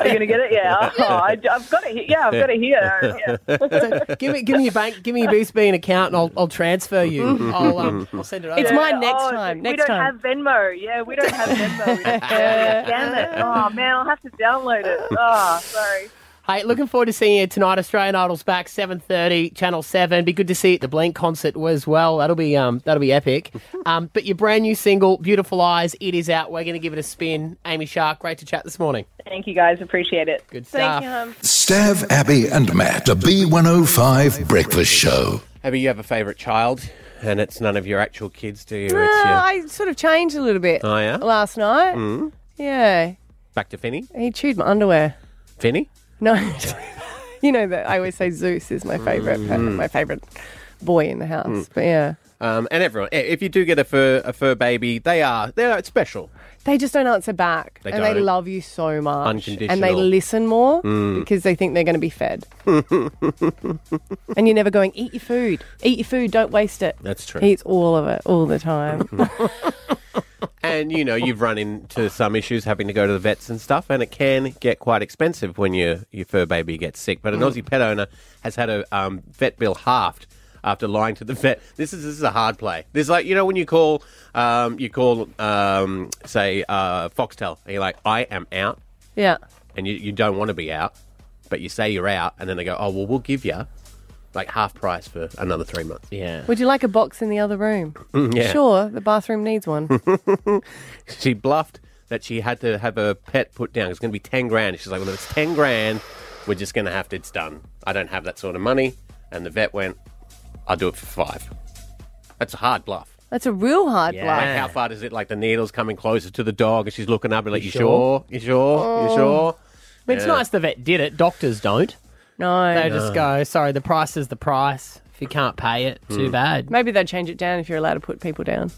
Speaker 11: Are you gonna get it? Yeah, oh, I, have got it. he- Yeah, I've got it here. Yeah.
Speaker 2: So give me, give me your bank, give me your BSB and account, and I'll, I'll transfer you. I'll, um, I'll send it over.
Speaker 4: It's mine next
Speaker 11: Oh,
Speaker 4: time.
Speaker 11: We
Speaker 4: Next
Speaker 11: don't
Speaker 4: time.
Speaker 11: have Venmo. Yeah, we don't have Venmo. We don't have Venmo. Damn it! Oh man, I'll have to download it. Oh, sorry.
Speaker 2: Hey, looking forward to seeing you tonight. Australian Idol's back, seven thirty, Channel Seven. Be good to see you at the Blink concert as well. That'll be um, that'll be epic. Um, but your brand new single, "Beautiful Eyes," it is out. We're going to give it a spin. Amy Shark, great to chat this morning.
Speaker 11: Thank you guys. Appreciate it.
Speaker 2: Good
Speaker 11: stuff.
Speaker 1: Stav, Abby, and Matt, the B105 Breakfast Show.
Speaker 3: Abby, you have a favourite child, and it's none of your actual kids, do you? It's
Speaker 4: Uh,
Speaker 3: your...
Speaker 4: I sort of changed a little bit
Speaker 3: Oh, yeah?
Speaker 4: last night.
Speaker 3: Mm.
Speaker 4: Yeah.
Speaker 3: Back to Finny.
Speaker 4: He chewed my underwear.
Speaker 3: Finny?
Speaker 4: No. you know that I always say Zeus is my favorite
Speaker 3: Mm.
Speaker 4: my favorite boy in the house.
Speaker 3: Mm.
Speaker 4: But yeah.
Speaker 3: Um, and everyone, i- if you do get a fur a fur baby, they are they are special.
Speaker 4: They just don't answer back.
Speaker 3: They
Speaker 4: and they
Speaker 3: don't.
Speaker 4: love you so much. And they
Speaker 3: Unconditional.
Speaker 4: listen more
Speaker 3: Mm.
Speaker 4: because they think they're going to be fed. and you're never going, eat your food. Eat your food. Don't waste it.
Speaker 3: That's true. Mm.
Speaker 4: He eats all of it all the time.
Speaker 3: and you know you've run into some issues having to go to the vets and stuff, and it can get quite expensive when your your fur baby gets sick. But an
Speaker 12: Mm.
Speaker 3: Aussie pet owner has had a um, vet bill halved after lying to the vet. This is this is a hard play. This is like you know when you call um, you call um, say uh, Foxtel, and you're like, I am out,
Speaker 4: yeah.
Speaker 3: and you, you don't want to be out, but you say you're out, and then they go, oh well, we'll give you like half price for another three months.
Speaker 2: Yeah.
Speaker 4: Would you like a box in the other room?
Speaker 3: Mm, yeah.
Speaker 4: Sure, the bathroom needs one.
Speaker 3: she bluffed that she had to have her pet put down. It's going to be 10 grand. She's like, well, if it's 10 grand, we're just going to have to, it's done. I don't have that sort of money. And the vet went, I'll do it for five. That's a hard bluff.
Speaker 4: That's a real hard
Speaker 3: Like, how
Speaker 4: bluff.
Speaker 3: far does it, like, the needle's coming closer to the dog and she's looking up and like, you,
Speaker 2: You
Speaker 3: sure? You sure?
Speaker 2: Oh.
Speaker 3: You sure?
Speaker 2: I mean, it's nice the vet did it. Doctors don't.
Speaker 4: No.
Speaker 2: They just go, sorry, the price is the price. If you can't pay it, too
Speaker 4: Mm.
Speaker 2: bad.
Speaker 4: Maybe they'd change it down if you're allowed to put people down.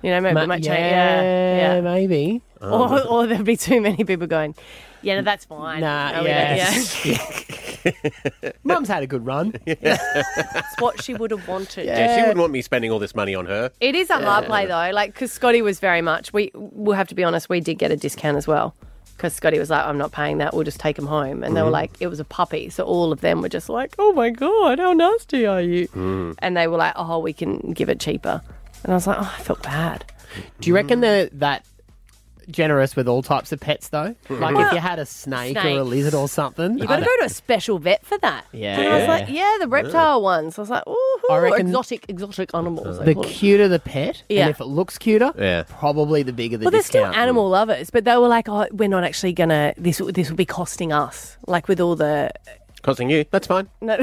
Speaker 4: You know, maybe
Speaker 2: Ma-
Speaker 4: it might change.
Speaker 2: yeah, Um.
Speaker 4: Yeah, yeah.
Speaker 2: maybe.
Speaker 4: Or, or there'd be too many people going, yeah, no, that's fine.
Speaker 2: Nah,
Speaker 4: No, we don't-
Speaker 2: Uh, yes. Mum's had a good run.
Speaker 4: That's what she would have wanted.
Speaker 3: Yeah. she wouldn't want me spending all this money on her.
Speaker 4: It is a hard
Speaker 3: Yeah.
Speaker 4: play though, like because Scotty was very much. We we'll have to be honest. We did get a discount as well because Scotty was like, "I'm not paying that. We'll just take him home." And they were
Speaker 11: Mhm.
Speaker 4: like, "It was a puppy," so all of them were just like, "Oh my god, how nasty are you?" And they were like, "Oh, we can give it cheaper." And I was like, "Oh, I felt bad."
Speaker 2: Do you reckon they're that generous with all types of pets, though? Like if
Speaker 4: Well,
Speaker 2: you had a snake, or a
Speaker 4: snakes.
Speaker 2: lizard or something.
Speaker 4: You got to go to a special vet for that.
Speaker 2: Yeah.
Speaker 4: And I was
Speaker 2: Yeah.
Speaker 4: like, "Yeah, the reptile ones." I was like, "Ooh,
Speaker 2: I reckon-
Speaker 4: exotic, exotic animals." they
Speaker 2: The
Speaker 4: call them.
Speaker 2: cuter the pet,
Speaker 4: Yeah.
Speaker 2: and if it looks cuter,
Speaker 3: yeah.
Speaker 2: probably the bigger the
Speaker 4: well, they're still
Speaker 2: discount.
Speaker 4: animal lovers, but they were like, "Oh, we're not actually gonna. This this will be costing us, like with all the
Speaker 3: Costing you. That's fine.
Speaker 4: no."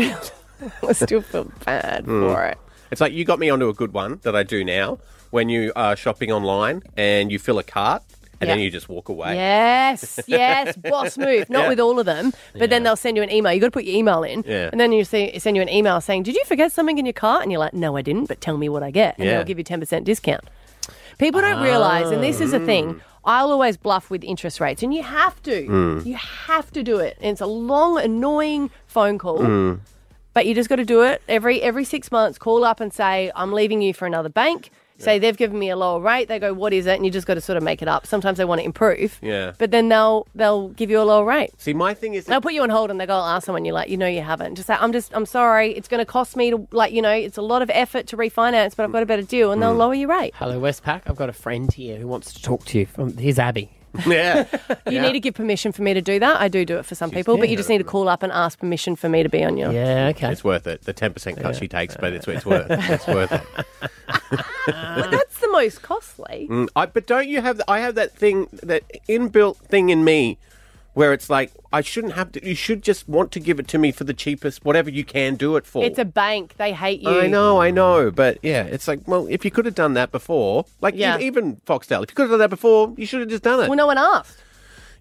Speaker 4: I still feel bad
Speaker 3: Mm.
Speaker 4: for it.
Speaker 3: It's like you got me onto a good one that I do now when you are shopping online and you fill a cart and then
Speaker 4: Yeah.
Speaker 3: you just walk away.
Speaker 4: Yes, yes, boss move. Not
Speaker 3: Yeah.
Speaker 4: with all of them, but then they'll send you an email. You got to put your email in,
Speaker 3: Yeah.
Speaker 4: and then you see, send you an email saying, "Did you forget something in your cart?" And you're like, "No, I didn't," but tell me what I get, and
Speaker 11: Yeah.
Speaker 4: they'll give you ten percent discount. People don't realize, and this is a
Speaker 11: Ah.
Speaker 4: thing. I'll always bluff with interest rates, and you have to.
Speaker 11: Mm.
Speaker 4: You have to do it, and it's a long, annoying phone call.
Speaker 2: Mm.
Speaker 4: But you just got to do it every every six months. Call up and say I'm leaving you for another bank. Say they've given me a lower rate. They go, what is it? And you just got to sort of make it up. Sometimes they want to improve,
Speaker 3: Yeah.
Speaker 4: but then they'll they'll give you a lower rate.
Speaker 3: See, my thing is,
Speaker 4: They'll put you on hold and they go, I'll ask someone. You're like, you know, you haven't. Just say, I'm just, I'm sorry. It's going to cost me to, like, you know, it's a lot of effort to refinance, but I've got a better deal, and they'll
Speaker 2: Mm.
Speaker 4: lower your rate.
Speaker 2: Hello, Westpack. I've got a friend here who wants to talk to you. From, here's Abby.
Speaker 3: Yeah.
Speaker 4: You need to give permission for me to do that. I do do it for some people, but you just need to call up and ask permission for me to be on your.
Speaker 2: Yeah, okay.
Speaker 3: It's worth it. The 10% cut she takes, but it's, it's worth it. It's worth it.
Speaker 4: Well, that's the most costly.
Speaker 3: Mm, I, but don't you have, I have that thing, that inbuilt thing in me where it's like, I shouldn't have to, you should just want to give it to me for the cheapest, whatever you can do it for.
Speaker 4: It's a bank. They hate you.
Speaker 3: I know, I know, but yeah, it's like, well, if you could have done that before, like
Speaker 4: Yeah.
Speaker 3: ev- even Foxtel, if you could have done that before, you should have just done it.
Speaker 4: Well, no one asked.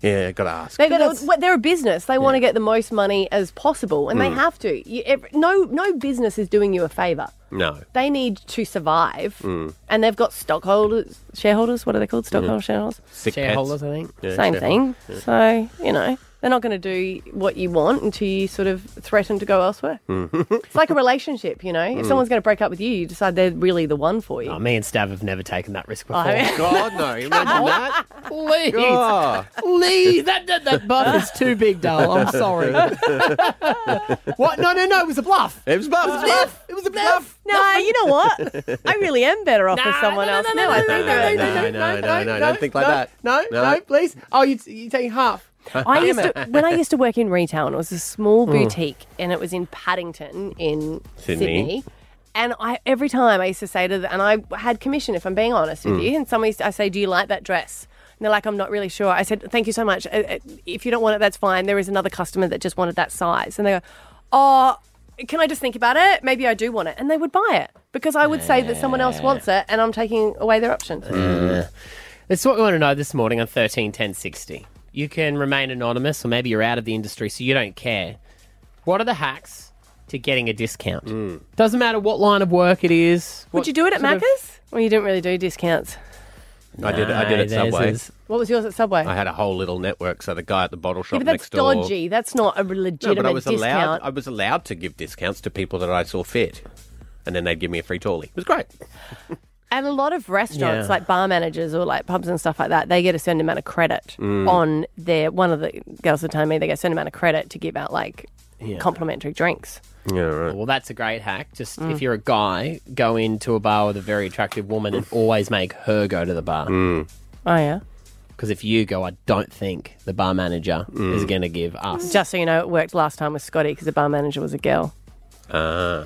Speaker 3: yeah, got to ask.
Speaker 4: They're, gonna, well, they're a business. They want to get the most money as possible, and they
Speaker 3: Mm.
Speaker 4: have to. You, ev no, no business is doing you a favor.
Speaker 3: No.
Speaker 4: They need to survive,
Speaker 3: Mm.
Speaker 4: and they've got stockholders, shareholders. What are they called?
Speaker 2: Mm-hmm.
Speaker 4: Stockholder shareholders.
Speaker 3: Sick pets.
Speaker 2: Shareholders, I think.
Speaker 3: Yeah,
Speaker 4: Same
Speaker 3: shareholders,
Speaker 4: thing.
Speaker 3: yeah.
Speaker 4: So you know they're not going to do what you want until you sort of threaten to go elsewhere.
Speaker 2: Mm.
Speaker 4: It's like a relationship, you know. If
Speaker 2: Mm.
Speaker 4: someone's going to break up with you, you decide they're really the one for you.
Speaker 2: Oh, me and Stav have never taken that risk before.
Speaker 4: I-
Speaker 3: God, no. Imagine Oh, that.
Speaker 2: Please.
Speaker 3: God.
Speaker 2: Please. That, that, that buffer's too big, Dale. I'm sorry. what? No, no, no. It was a bluff.
Speaker 3: It was a bluff.
Speaker 2: It was a bluff.
Speaker 4: No, you know what? I really am better off with someone else now. I
Speaker 3: no,
Speaker 4: think
Speaker 3: no, no, no, no, no, no, don't think like that.
Speaker 2: No, no, please. Oh, you, you're taking half.
Speaker 4: I used to, when I used to work in retail, and it was a small
Speaker 3: Hmm.
Speaker 11: Mm.
Speaker 4: boutique, and it was in Paddington in
Speaker 11: Sydney.
Speaker 4: Sydney. And I every time I used to say to them, and I had commission, if I'm being honest
Speaker 3: Hmm.
Speaker 4: with
Speaker 11: Mm.
Speaker 4: you, and someone used to, I say, "Do you like that dress?" And they're like, "I'm not really sure." I said, "Thank you so much. Uh, uh, If you don't want it, that's fine. There is another customer that just wanted that size." And they go, "Oh." Can I just think about it? Maybe I do want it. And they would buy it because I would say that someone else wants it and I'm taking away their options.
Speaker 2: This is Uh, what we want to know this morning on 13 10 60. You can remain anonymous, or maybe you're out of the industry, so you don't care. What are the hacks to getting a discount?
Speaker 3: Mm.
Speaker 2: Doesn't matter what line of work it is.
Speaker 4: Would you do it at
Speaker 2: sort of-
Speaker 4: Macca's? Well, you didn't really do discounts.
Speaker 3: I did. I did
Speaker 2: No,
Speaker 3: at
Speaker 2: theirs
Speaker 3: Subway.
Speaker 2: is-
Speaker 4: What was yours at Subway?
Speaker 3: I had a whole little network. So the guy at the bottle
Speaker 4: yeah,
Speaker 3: shop
Speaker 4: but
Speaker 3: next
Speaker 4: that's
Speaker 3: door.
Speaker 4: dodgy. That's not a
Speaker 3: No,
Speaker 4: legitimate
Speaker 3: but I was allowed.
Speaker 4: discount.
Speaker 3: I was allowed to give discounts to people that I saw fit, and then they'd give me a free tally. It was great.
Speaker 4: And a lot of restaurants,
Speaker 3: Yeah.
Speaker 4: like bar managers or like pubs and stuff like that, they get a certain amount of credit
Speaker 3: Mm.
Speaker 4: on their. One of the girls were telling me they get a certain amount of credit to give out like
Speaker 2: Yeah.
Speaker 4: complimentary drinks.
Speaker 3: Yeah, right.
Speaker 2: Well, that's a great hack. Just
Speaker 4: Mm.
Speaker 2: if you're a guy, go into a bar with a very attractive woman and always make her go to the bar.
Speaker 3: Mm.
Speaker 4: Oh yeah.
Speaker 2: Because if you go, I don't think the bar manager
Speaker 3: Mm.
Speaker 2: is going to give us.
Speaker 4: Just so you know, it worked last time with Scotty because the bar manager was a girl.
Speaker 2: Ah.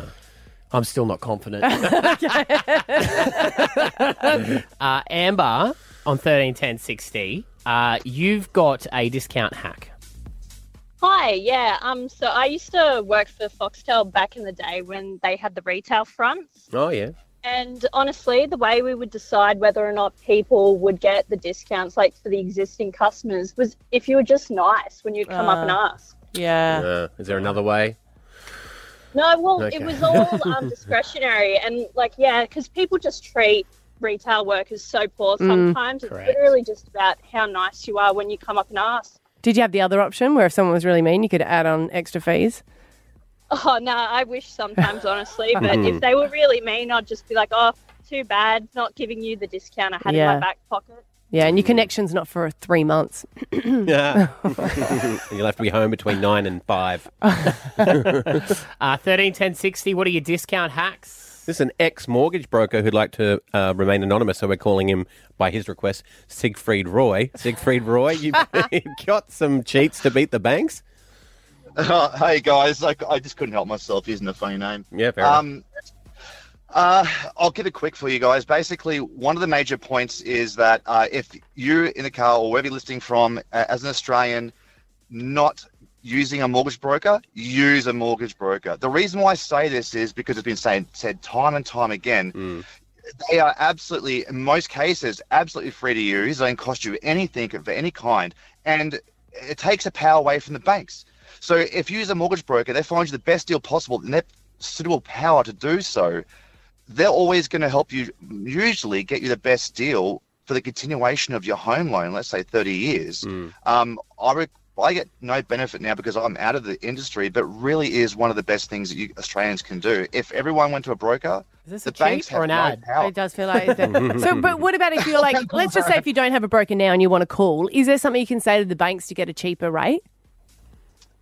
Speaker 2: I'm still not confident. uh, Amber on 131060, uh, you've got a discount hack.
Speaker 12: Hi, yeah. Um, so I used to work for Foxtel back in the day when they had the retail front.
Speaker 3: Oh yeah.
Speaker 12: And honestly, the way we would decide whether or not people would get the discounts, like for the existing customers, was if you were just nice when you'd come up and
Speaker 4: Ah.
Speaker 12: ask.
Speaker 4: Yeah.
Speaker 3: Uh, is there another way?
Speaker 12: No, well,
Speaker 3: Okay.
Speaker 12: it was all um, discretionary. And, like, yeah, because people just treat retail workers so poor
Speaker 4: Mm.
Speaker 12: sometimes. it's
Speaker 4: Correct.
Speaker 12: literally just about how nice you are when you come up and ask.
Speaker 4: Did you have the other option where if someone was really mean, you could add on extra fees?
Speaker 12: Oh no, I wish sometimes, honestly. But
Speaker 4: Mm.
Speaker 12: if they were really mean, I'd just be like, "Oh, too bad, not giving you the discount I had
Speaker 4: Yeah.
Speaker 12: in my back pocket."
Speaker 4: Yeah, and your connection's not for three months.
Speaker 3: Yeah. You'll have to be home between nine and five.
Speaker 2: Uh, 131060, what are your discount hacks?
Speaker 3: This is an ex mortgage broker who'd like to uh, remain anonymous, so we're calling him, by his request, Siegfried Roy. Siegfried Roy, you've got some cheats to beat the banks?
Speaker 13: hey guys, I, I just couldn't help myself using a funny name.
Speaker 3: Yeah, fair
Speaker 13: um, uh, I'll give it quick for you guys. Basically, one of the major points is that uh, if you're in a car or wherever you're listing from, uh, as an Australian, not using a mortgage broker, use a mortgage broker. The reason why I say this is because it's been saying, said time and time again.
Speaker 3: Hmm.
Speaker 13: They are absolutely, in most cases, absolutely free to use. They don't cost you anything of any kind. And it takes the power away from the banks. So if you use a mortgage broker, they find you the best deal possible and they have suitable power to do so. They're always going to help you, usually get you the best deal for the continuation of your home loan, let's say 30 years. Um, I, re- I get no benefit now because I'm out of the industry, but really is one of the best things that you Australians can do. If everyone went to a broker,
Speaker 4: Is this
Speaker 13: the
Speaker 4: a cheat
Speaker 13: banks have
Speaker 4: or an
Speaker 13: no
Speaker 4: ad?
Speaker 13: power.
Speaker 4: It does feel like. that. so, but what about if you're like, let's just say if you don't have a broker now and you want to call, is there something you can say to the banks to get a cheaper rate?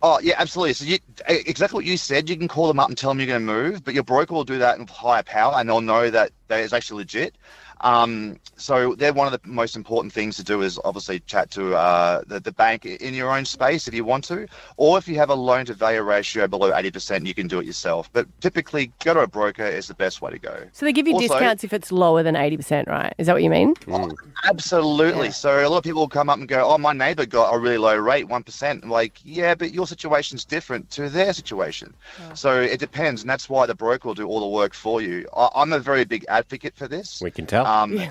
Speaker 13: Oh yeah, absolutely. So you, e- exactly what you said. You can call them up and tell them you're going to move, but your broker will do that in higher power, and they'll know that that is actually legit. Um, so they're one of the most important things to do is obviously chat to uh, the, the bank i- in your own space if you want to, or if you have a loan to value ratio below eighty percent, you can do it yourself. But typically, go to a broker is the best way to go.
Speaker 4: So they give you
Speaker 13: Also-
Speaker 4: discounts if it's lower than eighty percent, right? Is that what you mean?
Speaker 13: Oh,
Speaker 3: Mm.
Speaker 13: Absolutely. So a lot of people will come up and go, "Oh, my neighbour got a really low rate, one percent." Like, yeah, but your situation's different to their situation. So it depends, and that's why the broker will do all the work for you. I, I'm a very big advocate for this.
Speaker 3: We can tell.
Speaker 13: Um, yeah,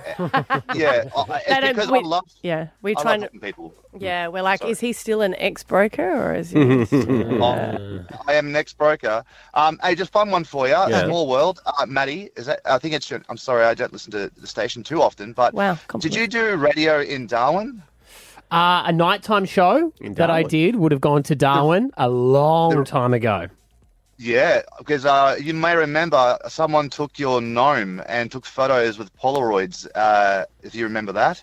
Speaker 13: I-
Speaker 4: They
Speaker 13: Uh, it's
Speaker 4: don't-
Speaker 13: because
Speaker 4: we-
Speaker 13: I love.
Speaker 4: Yeah, we're
Speaker 13: I
Speaker 4: trying
Speaker 13: love
Speaker 4: to.
Speaker 13: helping people.
Speaker 4: Yeah, we're like, is he still an ex broker or is he?
Speaker 13: Oh, I am next broker. Um, hey, just find one for you.
Speaker 4: Yeah.
Speaker 13: Small world. Uh, Maddie, is that? I think it's. your- I'm sorry, I don't listen to the station too often. But
Speaker 4: wow,
Speaker 13: did you do radio in Darwin?
Speaker 2: Uh, a nighttime show that I
Speaker 13: Darwin.
Speaker 2: did would have gone to Darwin a long time ago.
Speaker 13: Yeah, because uh, you may remember someone took your gnome and took photos with Polaroids. Uh, if you remember that,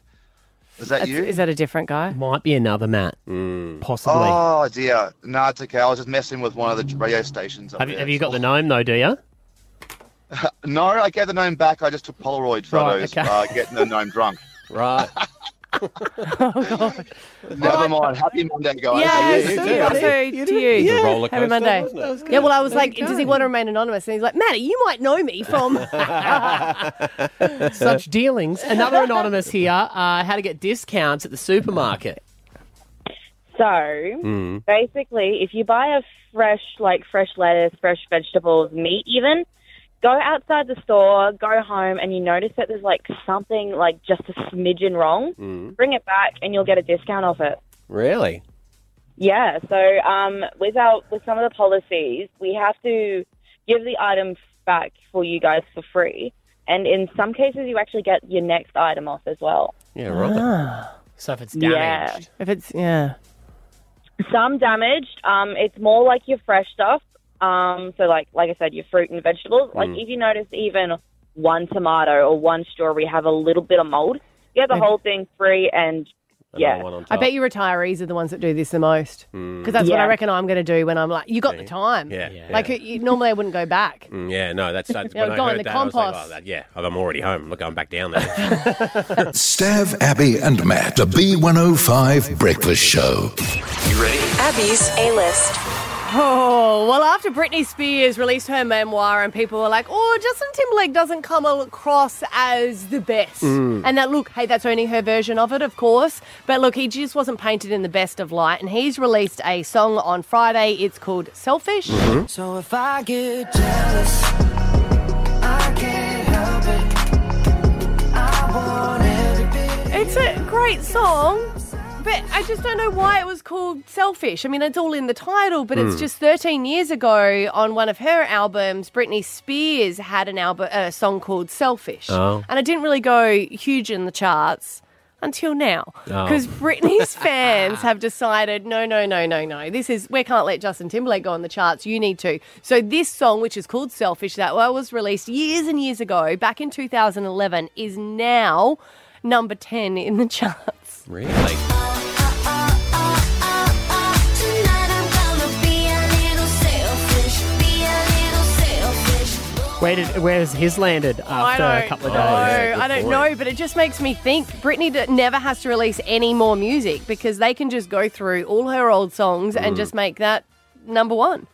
Speaker 13: was that you?
Speaker 4: Is that a different guy?
Speaker 2: Might be another Matt, Hmm. possibly.
Speaker 13: Oh dear, no, it's okay. I was just messing with one of the radio stations. Up
Speaker 2: have, you,
Speaker 13: there.
Speaker 2: have you got the gnome though? Do you?
Speaker 13: no, I gave the gnome back. I just took Polaroid
Speaker 2: Right,
Speaker 13: photos,
Speaker 2: okay.
Speaker 13: uh, getting the gnome drunk.
Speaker 3: Right.
Speaker 13: Never mind. Happy Monday, guys.
Speaker 4: Yes, you too, also to you.
Speaker 13: It was a
Speaker 4: Happy
Speaker 13: roller coaster,
Speaker 4: Monday.
Speaker 13: wasn't it? That was
Speaker 4: Yeah,
Speaker 13: good.
Speaker 4: well, I was
Speaker 13: There
Speaker 4: like,
Speaker 13: you
Speaker 4: does he
Speaker 13: go.
Speaker 4: want to remain anonymous? And he's like, Matty, you might know me from.
Speaker 2: Such dealings. Another anonymous here. Uh, how to get discounts at the supermarket.
Speaker 14: So
Speaker 2: Mm.
Speaker 14: basically, if you buy a fresh, like fresh lettuce, fresh vegetables, meat, even, go outside the store, go home, and you notice that there's like something like just a smidgen wrong,
Speaker 3: Mm.
Speaker 14: bring it back, and you'll get a discount off it.
Speaker 3: Really?
Speaker 14: Yeah. So um, with our with some of the policies, we have to give the item back for you guys for free, and in some cases, you actually get your next item off as well.
Speaker 3: Yeah,
Speaker 2: right.
Speaker 14: So if
Speaker 2: it's
Speaker 14: damaged,
Speaker 4: Ah. if it's yeah,
Speaker 14: some damaged. Um, it's more like your fresh stuff. Um, so like like I said, your fruit and vegetables. Like
Speaker 15: Mm.
Speaker 14: if you notice even one tomato or one strawberry have a little bit of mold, you get the
Speaker 4: Maybe.
Speaker 14: whole thing free. And yeah,
Speaker 4: I bet you retirees are the ones that do this the most because that's what
Speaker 14: Yeah.
Speaker 4: I reckon I'm going to do when I'm like, you got the time.
Speaker 3: Yeah, yeah.
Speaker 4: Like you, normally I wouldn't go back.
Speaker 3: Mm, yeah, no, that's, that's
Speaker 4: Yeah,
Speaker 3: when
Speaker 4: we've
Speaker 3: I
Speaker 4: gone
Speaker 3: heard
Speaker 4: to
Speaker 3: that. I was like,
Speaker 4: compost.
Speaker 3: oh, that, yeah, I'm already home. Look, I'm back down there.
Speaker 1: Stav, Abby, and Matt, the B105 Breakfast Show. You ready?
Speaker 4: Abby's A list. Oh, well, after Britney Spears released her memoir, and people were like, oh, Justin Timberlake doesn't come across as the best.
Speaker 16: Mm.
Speaker 4: And that, look, hey, that's only her version of it, of course. But look, he just wasn't painted in the best of light. And he's released a song on Friday. It's called Selfish.
Speaker 3: Mm-hmm.
Speaker 16: Mhm.
Speaker 4: So if I get
Speaker 16: jealous. I can't help it. I want every bit.
Speaker 4: It's a great song, but I just don't know why it was called Selfish. I mean, it's all in the title, but it's
Speaker 16: Hmm.
Speaker 4: just 13 years ago on one of her albums, Britney Spears had an album, a song called Selfish.
Speaker 16: Oh.
Speaker 4: And it didn't really go huge in the charts until now
Speaker 16: Oh.
Speaker 4: because Britney's fans have decided no no no no no this is we can't let Justin Timberlake go on the charts you need to so this song which is called Selfish that was released years and years ago back in 2011 is now number 10 in the charts
Speaker 3: really?
Speaker 2: Where did where's his landed after
Speaker 4: I
Speaker 2: a
Speaker 4: don't
Speaker 2: couple of
Speaker 4: know.
Speaker 2: days?
Speaker 4: I don't know, but it just makes me think Britney d- never has to release any more music because they can just go through all her old songs and
Speaker 3: Mm.
Speaker 4: just make that number one.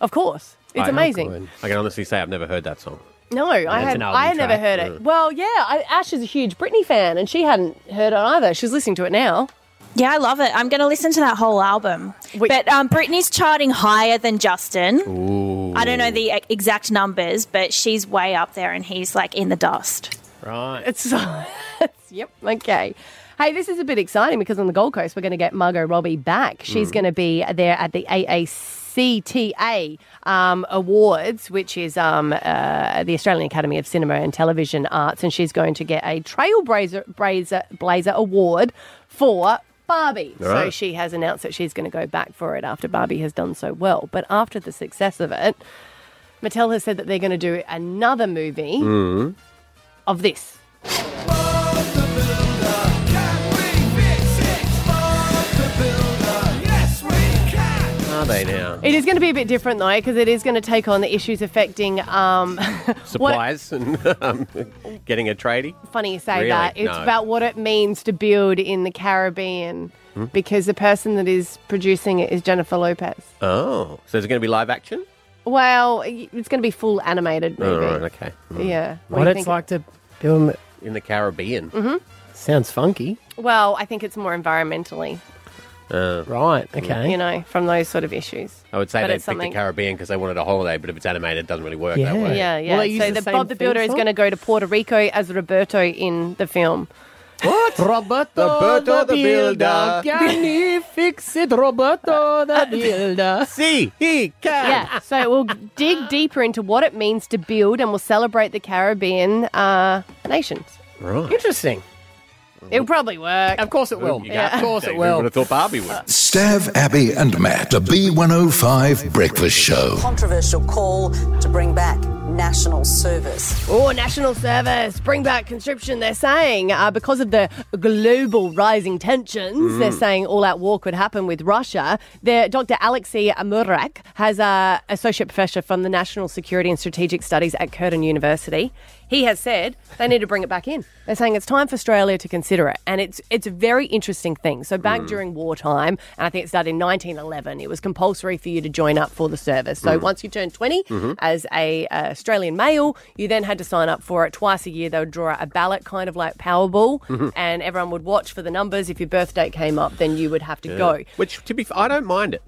Speaker 4: Of course. It's
Speaker 3: I-
Speaker 4: amazing.
Speaker 3: I can honestly say I've never heard that song.
Speaker 4: No, I
Speaker 3: it's
Speaker 4: had
Speaker 3: an album
Speaker 4: I had never
Speaker 3: track, Mm.
Speaker 4: heard
Speaker 3: yeah.
Speaker 4: it. Well, yeah, I, Ash is a huge Britney fan, and she hadn't heard it either. She's listening to it now.
Speaker 17: Yeah, I love it. I'm going to listen to that whole album. But um, Britney's charting higher than Justin.
Speaker 3: Ooh.
Speaker 17: I don't know the e- exact numbers, but she's way up there and he's like in the dust.
Speaker 3: Right.
Speaker 4: It's yep. Okay. Hey, this is a bit exciting because on the Gold Coast we're going to get Margot Robbie back. She's
Speaker 16: Mm.
Speaker 4: going to be there at the AACTA um, Awards, which is um, uh, the Australian Academy of Cinema and Television Arts, and she's going to get a Trailblazer Blazer, Blazer Award for Barbie.
Speaker 16: All
Speaker 4: So
Speaker 16: right.
Speaker 4: she has announced that she's going to go back for it after Barbie has done so well. But after the success of it, Mattel has said that they're going to do another movie
Speaker 16: Mm.
Speaker 4: of this.
Speaker 3: Are they now?
Speaker 4: It is going to be a bit different though, because it is going to take on the issues affecting. Um, what,
Speaker 3: Supplies and um, getting a tradie.
Speaker 4: funny you say
Speaker 3: Really?
Speaker 4: that. It's
Speaker 3: No.
Speaker 4: about what it means to build in the Caribbean,
Speaker 3: Hmm?
Speaker 4: because the person that is producing it is Jennifer Lopez.
Speaker 3: Oh, so is it going to be live action?
Speaker 4: Well, y- it's going to be full animated
Speaker 3: Oh,
Speaker 4: movie.
Speaker 3: right, okay. Mm.
Speaker 4: Yeah.
Speaker 2: What, it's like to film it
Speaker 3: In the Caribbean.
Speaker 4: hmm
Speaker 2: sounds funky.
Speaker 4: Well, I think it's more environmentally,
Speaker 3: Uh,
Speaker 2: right.
Speaker 3: okay.
Speaker 4: you know, from those sort of issues.
Speaker 3: I would say
Speaker 4: But
Speaker 3: they
Speaker 4: it's
Speaker 3: picked
Speaker 4: something-
Speaker 3: the Caribbean because they wanted a holiday, but if it's animated, it doesn't really work
Speaker 2: Yeah.
Speaker 3: that way.
Speaker 4: Yeah, yeah.
Speaker 2: Will they use
Speaker 4: so
Speaker 2: the
Speaker 4: the,
Speaker 2: same
Speaker 4: Bob the Builder
Speaker 2: theme
Speaker 4: is
Speaker 2: song?
Speaker 4: going to go to Puerto Rico as Roberto in the film.
Speaker 2: What? Roberto,
Speaker 4: Roberto the Builder.
Speaker 2: Can he fix it, Roberto the Builder?
Speaker 3: See, he can.
Speaker 4: Yeah, so we'll dig deeper into what it means to build and we'll celebrate the Caribbean uh, nations.
Speaker 3: Right.
Speaker 2: Interesting.
Speaker 4: It'll probably work.
Speaker 2: Of course it will.
Speaker 3: You
Speaker 4: Yeah. Uh,
Speaker 3: can't-
Speaker 4: Of course it
Speaker 3: Who
Speaker 4: will.
Speaker 3: would have thought Barbie would.
Speaker 1: Stav, Abby, and Matt, the B105 Breakfast Show.
Speaker 18: Controversial call to bring back national service.
Speaker 4: Oh, national service, bring back conscription, they're saying. Uh, because of the global rising tensions,
Speaker 16: Mm.
Speaker 4: they're saying all out war could happen with Russia. Their, Dr. Alexei uh, Amurak has a associate professor from the National Security and Strategic Studies at Curtin University. He has said they need to bring it back in. They're saying it's time for Australia to consider it, and it's it's a very interesting thing. So back
Speaker 15: Mm.
Speaker 4: during wartime, and I think it started in 1911. It was compulsory for you to join up for the service. So
Speaker 15: Mm.
Speaker 4: once you turned 20
Speaker 15: Mhm.
Speaker 4: as a uh, Australian male, you then had to sign up for it twice a year. They would draw out a ballot, kind of like Powerball,
Speaker 3: Mhm.
Speaker 4: and everyone would watch for the numbers. If your birth date came up, then you would have to
Speaker 3: Yeah.
Speaker 4: go.
Speaker 3: Which, to be fair, I don't mind it.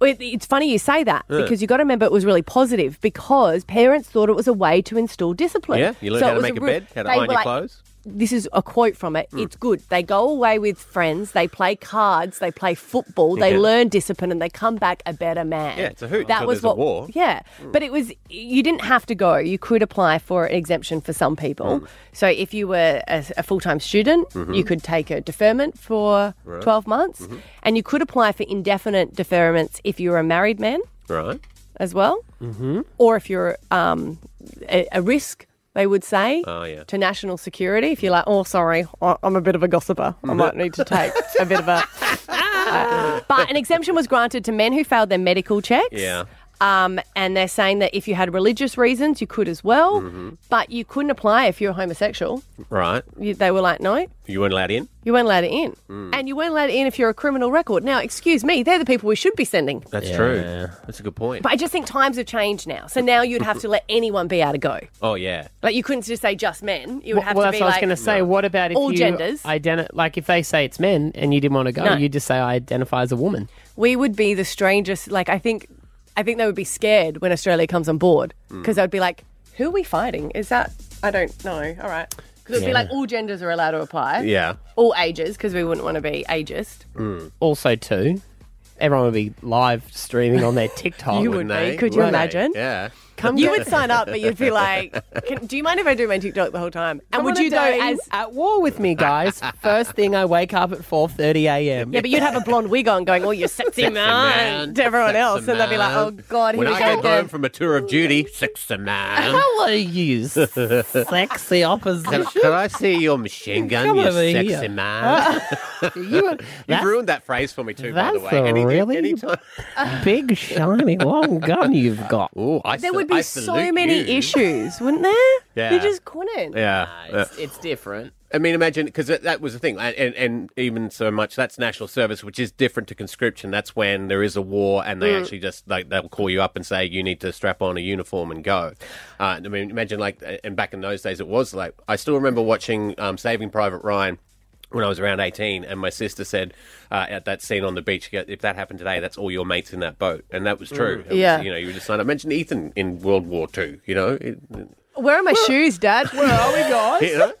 Speaker 4: Well, It, it's funny you say that
Speaker 3: Yeah.
Speaker 4: because you got to remember it was really positive because parents thought it was a way to install discipline.
Speaker 3: Yeah, you learn
Speaker 4: So
Speaker 3: how
Speaker 4: it
Speaker 3: to
Speaker 4: was
Speaker 3: make a
Speaker 4: real-
Speaker 3: bed, how to
Speaker 4: they
Speaker 3: iron
Speaker 4: were
Speaker 3: your
Speaker 4: like-
Speaker 3: clothes.
Speaker 4: This is a quote from it.
Speaker 3: Mm.
Speaker 4: It's good. They go away with friends. They play cards. They play football. They
Speaker 3: Yeah.
Speaker 4: learn discipline, and they come back a better man.
Speaker 3: Yeah, it's a hoot
Speaker 4: That
Speaker 3: until
Speaker 4: was
Speaker 3: there's a
Speaker 4: what.
Speaker 3: war.
Speaker 4: Yeah,
Speaker 3: Mm.
Speaker 4: but it was you didn't have to go. You could apply for an exemption for some people.
Speaker 3: Mm. Mm-hmm.
Speaker 4: So if you were a, a full time student,
Speaker 15: Mhm.
Speaker 4: you could take a deferment for
Speaker 15: Right.
Speaker 4: twelve months,
Speaker 15: Mhm.
Speaker 4: and you could apply for indefinite deferments if you were a married man
Speaker 3: Right.
Speaker 4: as well,
Speaker 3: Mm-hmm.
Speaker 4: or if you're um, a, a risk, they would say,
Speaker 15: Ah,
Speaker 3: Oh, yeah.
Speaker 4: to national security. If you're like, oh, sorry, I- I'm a bit of a gossiper,
Speaker 15: Mm-hmm.
Speaker 4: I might need to take a bit of a. But an exemption was granted to men who failed their medical checks.
Speaker 15: Yeah.
Speaker 4: Um, and they're saying that if you had religious reasons, you could as well,
Speaker 15: Mm-hmm.
Speaker 3: Mhm.
Speaker 4: but you couldn't apply if you were homosexual.
Speaker 3: Right.
Speaker 4: You, they were like, no,
Speaker 3: You weren't allowed in?
Speaker 4: you weren't allowed in.
Speaker 3: Mm.
Speaker 4: And you weren't allowed in if you're a criminal record. Now, excuse me, they're the people we should be sending.
Speaker 3: That's true. That's a good point.
Speaker 4: But I just think times have changed now. So now you'd have to let anyone be able to go.
Speaker 3: oh, yeah.
Speaker 4: Like you couldn't just say just men. You would
Speaker 2: Well-
Speaker 4: have
Speaker 2: well,
Speaker 4: to
Speaker 2: that's
Speaker 4: be
Speaker 2: what I was
Speaker 4: like
Speaker 2: going to say. What about if
Speaker 4: all
Speaker 2: you
Speaker 4: genders?
Speaker 2: Identi- like if they say it's men and you didn't want to go,
Speaker 4: No.
Speaker 2: you just say I identify as a woman.
Speaker 4: we would be the strangest. Like I think, I think they would be scared when Australia comes on board
Speaker 2: Mm.
Speaker 4: because they'd be like, "Who are we fighting? Is that I don't know. All right." Because it'd be
Speaker 2: Yeah.
Speaker 4: like all genders are allowed to apply.
Speaker 2: Yeah.
Speaker 4: All ages because we wouldn't want to be ageist.
Speaker 2: Also, too, everyone would be live streaming on their TikTok.
Speaker 4: You would Wouldn't be. they? Could you Wouldn't they? imagine?
Speaker 3: Yeah.
Speaker 4: you would sign up, but you'd be like, Can, "Do you mind if I do my TikTok the whole time?" And
Speaker 2: Come
Speaker 4: would
Speaker 2: on a
Speaker 4: you go
Speaker 2: day
Speaker 4: as
Speaker 2: at war with me, guys? First thing I wake up at four thirty a.m.
Speaker 4: Yeah, but you'd have a blonde wig on going, oh, you're sexy
Speaker 2: Sexy
Speaker 4: man,
Speaker 2: man,
Speaker 4: to everyone
Speaker 2: sexy
Speaker 4: else. And they'd be like,
Speaker 2: man.
Speaker 4: oh, God, here
Speaker 3: when
Speaker 4: we
Speaker 3: I
Speaker 4: go
Speaker 3: get
Speaker 4: again.
Speaker 3: home from a tour of duty, sexy man.
Speaker 2: Hello, you sexy
Speaker 3: Can,
Speaker 2: opposition.
Speaker 3: can I see your machine gun,
Speaker 2: Come
Speaker 3: you
Speaker 2: over
Speaker 3: sexy
Speaker 2: here.
Speaker 3: man?
Speaker 2: you
Speaker 3: have ruined that phrase for me too, by the
Speaker 2: That's
Speaker 3: way.
Speaker 2: a
Speaker 3: Any-
Speaker 2: really big, shiny, long gun you've got.
Speaker 3: Oh, I
Speaker 4: there
Speaker 3: sal-
Speaker 4: would be
Speaker 3: I
Speaker 4: so
Speaker 3: salute
Speaker 4: many
Speaker 3: you.
Speaker 4: issues, wouldn't there?
Speaker 3: Yeah.
Speaker 4: You just couldn't.
Speaker 3: Yeah,
Speaker 2: it's, it's different.
Speaker 3: I mean, imagine because that, that was the thing, and, and and even so much that's national service, which is different to conscription. That's when there is a war, and they
Speaker 2: Mm.
Speaker 3: actually just like they'll call you up and say you need to strap on a uniform and go. Uh, and I mean, imagine like and back in those days, it was like I still remember watching um, Saving Private Ryan. When I was around 18, and my sister said uh, at that scene on the beach, if that happened today, that's all your mates in that boat. And that was true.
Speaker 4: Mm.
Speaker 3: It was,
Speaker 4: Yeah.
Speaker 3: you know, you were just signed up. Mention Ethan in World War Two. you know? It-
Speaker 4: Where are my shoes, Dad? Where are we, guys?
Speaker 3: you know?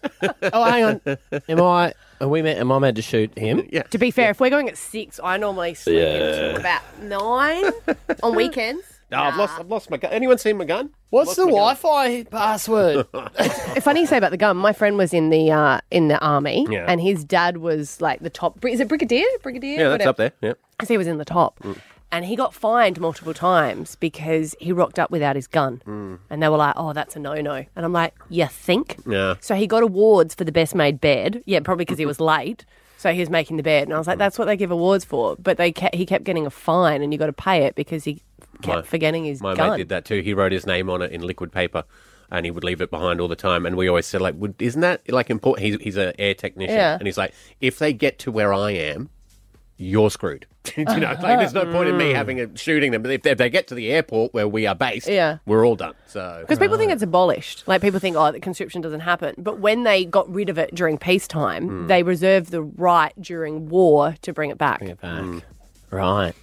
Speaker 2: Oh, hang on. Am I? Are we? meant- Am I meant to shoot him?
Speaker 3: Yeah.
Speaker 4: To be fair, if we're going at six, I normally sleep
Speaker 2: Yeah.
Speaker 4: until about nine on weekends.
Speaker 3: No, I've lost. I've lost my gun. Anyone seen my gun?
Speaker 2: What's
Speaker 3: Lost
Speaker 2: the
Speaker 3: my gun.
Speaker 2: Wi-Fi password?
Speaker 4: Funny you say about the gun. My friend was in the uh, in the army,
Speaker 3: Yeah.
Speaker 4: and his dad was like the top. Is it brigadier? Brigadier?
Speaker 3: Yeah, that's
Speaker 4: Whatever.
Speaker 3: up there. Yeah.
Speaker 4: So he was in the top.
Speaker 3: Mm.
Speaker 4: And he got fined multiple times because he rocked up without his gun.
Speaker 3: mm,
Speaker 4: And they were like, oh, that's a no no. And I'm like, you think?
Speaker 3: Yeah.
Speaker 4: So he got awards for the best made bed. Yeah, probably because he was late. So he was making the bed. And I
Speaker 3: Mm.
Speaker 4: was like, that's what they give awards for. But they kept, he kept getting a fine and you got to pay it because he kept forgetting his
Speaker 3: My
Speaker 4: gun.
Speaker 3: mate did that too. He wrote his name on it in liquid paper, and he would leave it behind all the time. And we always said, like, would, isn't that like important? He's he's an air technician,
Speaker 2: Yeah.
Speaker 3: and he's like, if they get to where I am, you're screwed. you know, like, there's no point in me
Speaker 2: Mm.
Speaker 3: having a, shooting them. But if they, if they get to the airport where we are based,
Speaker 4: Yeah.
Speaker 3: we're all done. So uh,
Speaker 4: Because people think it's abolished. Like people think, oh, the conscription doesn't happen. But when they got rid of it during peacetime,
Speaker 3: Mm.
Speaker 4: they reserved the right during war to bring it back.
Speaker 2: Bring it back. Right.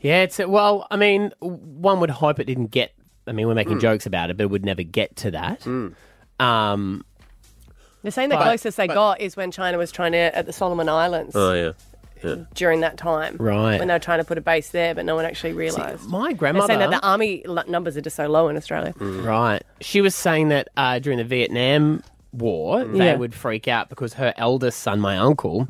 Speaker 2: Yeah, it's well, I mean, one would hope it didn't get I mean, we're making
Speaker 4: Mm.
Speaker 2: jokes about it, but it would never get to that. Um
Speaker 4: They're saying the
Speaker 2: But-
Speaker 4: closest they
Speaker 2: but-
Speaker 4: got is when China was trying to at the Solomon Islands
Speaker 2: Oh, yeah.
Speaker 4: during that time,
Speaker 2: Right.
Speaker 4: When they were trying to put a base there, but no one actually realised.
Speaker 2: My
Speaker 4: They're saying that
Speaker 2: grandmother-
Speaker 4: the army l- numbers are just so low in Australia.
Speaker 2: Right. She was saying that uh, during the Vietnam War,
Speaker 4: Mm.
Speaker 2: they
Speaker 4: Yeah.
Speaker 2: would freak out because her eldest son, my uncle,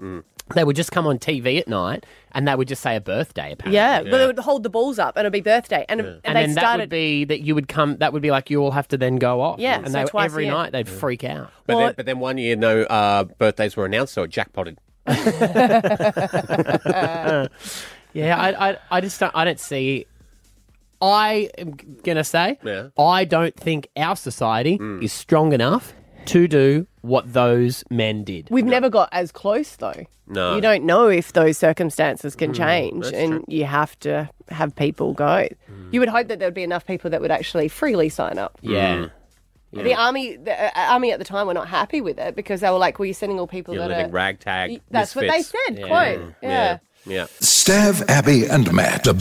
Speaker 2: they would just come on TV at night and they would just say a birthday, apparently.
Speaker 4: Yeah, but they would hold the balls up and it'd be birthday, and, and,
Speaker 2: And,
Speaker 4: they
Speaker 2: then that
Speaker 4: started.
Speaker 2: would be that you would come. That would be like you all have to then go off.
Speaker 4: Yeah,
Speaker 2: and
Speaker 4: so
Speaker 2: they would-
Speaker 4: twice a
Speaker 2: every
Speaker 4: year.
Speaker 2: night they'd freak out.
Speaker 3: But then, but then one year, no uh, birthdays were announced, so it jackpotted.
Speaker 2: yeah, I, I, I just don't. I don't see I am g- gonna say I don't think our society is strong enough to do what those men did.
Speaker 4: We've never got as close though.
Speaker 2: No.
Speaker 4: You don't know if those circumstances can
Speaker 2: Mm,
Speaker 4: change
Speaker 2: that's Mm.
Speaker 4: and you have to have people go. You would hope that there would be enough people that would actually freely sign up.
Speaker 2: Yeah.
Speaker 4: The army the uh, army at the time were not happy with it because they were like, well, you're sending all people
Speaker 3: You're
Speaker 4: that
Speaker 3: living
Speaker 4: are
Speaker 3: ragtag.
Speaker 4: That's what they
Speaker 3: misfits.
Speaker 4: said, quote. Yeah.
Speaker 3: Mm. Yeah.
Speaker 1: Stav, Abby, and Matt, the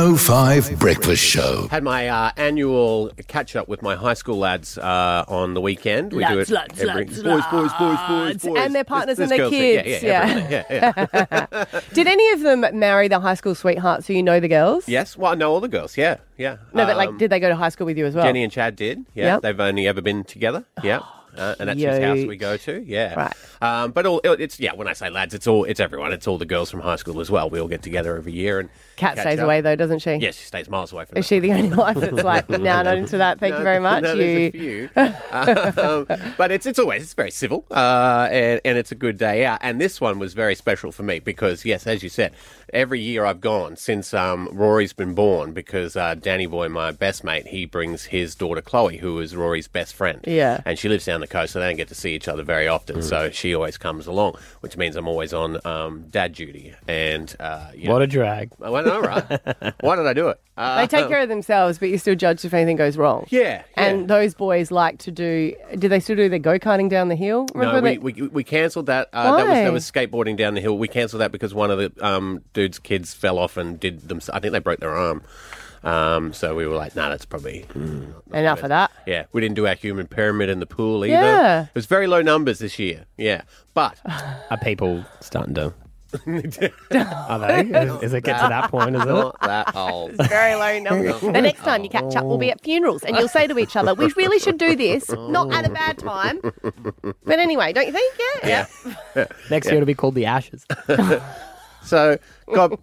Speaker 1: B105 Breakfast Show.
Speaker 3: Had my uh, annual catch up with my high school lads uh, on the weekend. We
Speaker 4: Lads,
Speaker 3: do it
Speaker 4: lads,
Speaker 3: every
Speaker 4: lads,
Speaker 3: boys, boys, boys, boys,
Speaker 4: lads.
Speaker 3: boys.
Speaker 4: And their
Speaker 3: This-
Speaker 4: partners
Speaker 3: this
Speaker 4: and their
Speaker 3: girl's thing.
Speaker 4: kids,
Speaker 3: Yeah, yeah,
Speaker 4: yeah.
Speaker 3: everything. yeah, yeah.
Speaker 4: Did any of them marry their high school sweetheart so you know the girls?
Speaker 3: yes, well, I know all the girls. Yeah, yeah.
Speaker 4: No, but like,
Speaker 3: Um,
Speaker 4: did they go to high school with you as well?
Speaker 3: Jenny and Chad did. Yeah,
Speaker 4: Yep. Oh,
Speaker 3: they've only ever been together. Yeah. Uh, and that's whose house we go to, yeah. Right. Um, but all it's yeah. When I say lads, it's all it's everyone. It's all the girls from high school as well. We all get together every year and
Speaker 4: Kat
Speaker 3: catch
Speaker 4: stays
Speaker 3: up.
Speaker 4: away though, doesn't she?
Speaker 3: Yeah, she stays miles away from.
Speaker 4: Is she the only wife that's like, no, nah, not into that. Thank you very much.
Speaker 3: No,
Speaker 4: you.
Speaker 3: there's a few. um, but it's it's always it's very civil, uh, and and it's a good day out. And this one was very special for me because yes, as you said, every year I've gone since um, Rory's been born because uh, Danny Boy, my best mate, he brings his daughter Chloe, who is Rory's best friend.
Speaker 4: Yeah.
Speaker 3: and she lives down the coast, so they don't get to see each other very often. So she always comes along, which means I'm always on um, dad duty. And uh, you
Speaker 2: What
Speaker 3: know,
Speaker 2: a drag.
Speaker 3: I went, all right. Why did I do it? Uh,
Speaker 4: They take care of themselves, but you're still judged if anything goes wrong.
Speaker 3: Yeah,
Speaker 4: And those boys like to do. Do they still do their go karting down the hill?
Speaker 3: No, we,
Speaker 4: that-
Speaker 3: we, we cancelled that. Uh, that, was,
Speaker 4: Why?
Speaker 3: that was skateboarding down the hill. We cancelled that because one of the um, dude's kids fell off and did them. I think they broke their arm. Um, so we were like, nah, that's probably.
Speaker 2: Mm.
Speaker 4: enough of that.
Speaker 3: Yeah, we didn't do our human pyramid in the pool either.
Speaker 4: Yeah.
Speaker 3: It was very low numbers this year. Yeah. But.
Speaker 2: Are people starting to? Are
Speaker 4: they?
Speaker 2: Is- is it get to that point, is it?
Speaker 3: Not that old.
Speaker 4: It's very low number.
Speaker 2: No.
Speaker 4: the next time you catch up, we'll be at funerals, and you'll say to each other, "We really should do this, not at a bad time, but anyway, don't you think? Yeah,
Speaker 3: Yeah.
Speaker 2: Next year it'll be called the Ashes.
Speaker 3: so, God,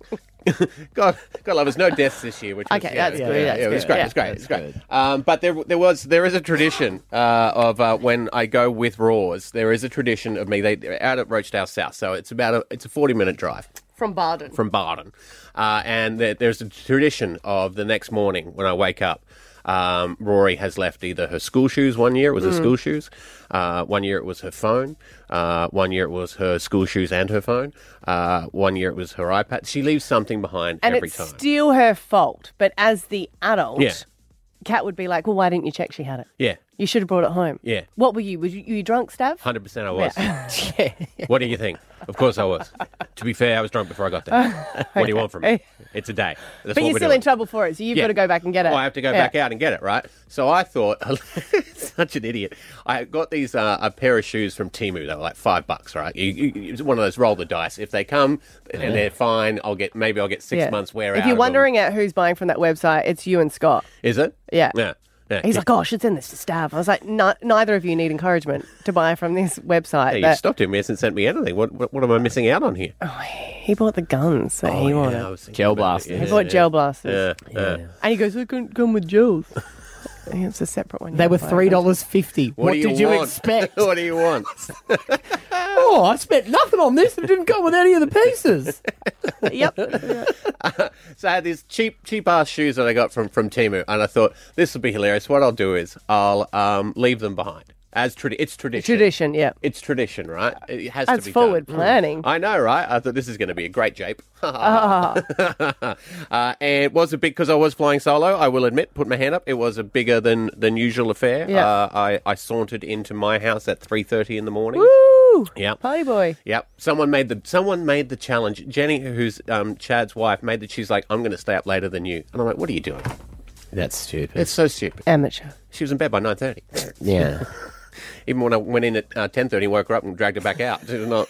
Speaker 3: God, God love us. No deaths this year, which
Speaker 4: Okay,
Speaker 3: was, yeah,
Speaker 4: that's
Speaker 3: yeah,
Speaker 4: good,
Speaker 3: Yeah,
Speaker 4: that's
Speaker 3: yeah, it was
Speaker 4: good,
Speaker 3: great.
Speaker 4: yeah.
Speaker 3: It was great. It was great. Um, but there, there was, there is a tradition uh, of uh, when I go with Roars. There is a tradition of me. They they're out at Rochdale South, so it's about a, it's a forty minute drive
Speaker 4: From Barden.
Speaker 3: from Barden. Uh, and there, there's a tradition of the next morning when I wake up, um, Rory has left either her school shoes one year, it was her
Speaker 15: Mm.
Speaker 3: school shoes, uh, one year it was her phone, uh, one year it was her school shoes and her phone, uh, one year it was her iPad. She leaves something behind
Speaker 4: and
Speaker 3: every
Speaker 4: it's
Speaker 3: time.
Speaker 4: still her fault. But as the adult,
Speaker 3: Yeah.
Speaker 4: Kat would be like, "Well, why didn't you check she had it?
Speaker 3: Yeah,
Speaker 4: You should have brought it home.
Speaker 3: yeah.
Speaker 4: What were you? Were you, you drunk, Stav?
Speaker 3: 100% I was.
Speaker 4: yeah.
Speaker 3: What do you think? Of course I was. to be fair, I was drunk before I got there. what do you want from me? It's a day. That's
Speaker 4: but
Speaker 3: what
Speaker 4: you're
Speaker 3: we're
Speaker 4: still
Speaker 3: doing.
Speaker 4: in trouble for it, so you've
Speaker 3: Yeah.
Speaker 4: got to go back and get it.
Speaker 3: Oh, I have to go
Speaker 4: Yeah.
Speaker 3: back out and get it, right? So I thought, such an idiot. I got these uh, a pair of shoes from Timu. They were like five bucks, right? You, you, it's one of those roll the dice. If they come and they're fine, I'll get maybe I'll get six
Speaker 4: Yeah.
Speaker 3: months wear out.
Speaker 4: If you're
Speaker 3: of them.
Speaker 4: wondering at who's buying from that website, it's you and Scott.
Speaker 3: is it?
Speaker 4: Yeah.
Speaker 3: yeah. yeah.
Speaker 4: He's
Speaker 3: Yeah.
Speaker 4: like, oh, I should send this to Stav. I was like, "No- neither of you need encouragement to buy from this website.
Speaker 3: Hey, you
Speaker 4: that-
Speaker 3: stopped him. He hasn't sent me anything. What, what, what am I missing out on here?
Speaker 4: He bought the guns that Oh, he wanted.
Speaker 3: Gel blasters.
Speaker 4: He bought gel blasters.
Speaker 3: Yeah. Oh, yeah.
Speaker 4: And he goes, I couldn't come with Jules. it's a separate one. you
Speaker 2: They were
Speaker 4: buy from.
Speaker 2: three dollars fifty. What,
Speaker 3: What, do you
Speaker 2: did you,
Speaker 3: want?
Speaker 2: expect?
Speaker 3: what do you want?
Speaker 2: oh, I spent nothing on this. It didn't come with any of the pieces.
Speaker 3: So I had these cheap, cheap ass shoes that I got from from Timu, and I thought this would be hilarious. What I'll do is I'll um, leave them behind as tradi- it's tradition.
Speaker 4: Tradition, yeah.
Speaker 3: It's tradition, right? It has
Speaker 4: That's
Speaker 3: to be
Speaker 4: forward
Speaker 3: done. Hmm.
Speaker 4: planning.
Speaker 3: I know, right? I thought this is going to be a great jape.
Speaker 4: Ah.
Speaker 3: uh, and it was a big because I was flying solo. I will admit, put my hand up. It was a bigger than than usual affair.
Speaker 4: Yeah.
Speaker 3: Uh, I I sauntered into my house at three thirty in the morning.
Speaker 4: Woo!
Speaker 3: Yeah.
Speaker 4: Party boy.
Speaker 3: Yep. Someone made the someone made the challenge. Jenny, who's um, Chad's wife, made that she's like, I'm going to stay up later than you, and I'm like, what are you doing?
Speaker 2: That's stupid.
Speaker 3: It's so stupid.
Speaker 4: Amateur.
Speaker 3: She was in bed by nine thirty.
Speaker 2: Yeah.
Speaker 3: Even when I went in at uh, ten thirty, woke her up and dragged her back out. It was not.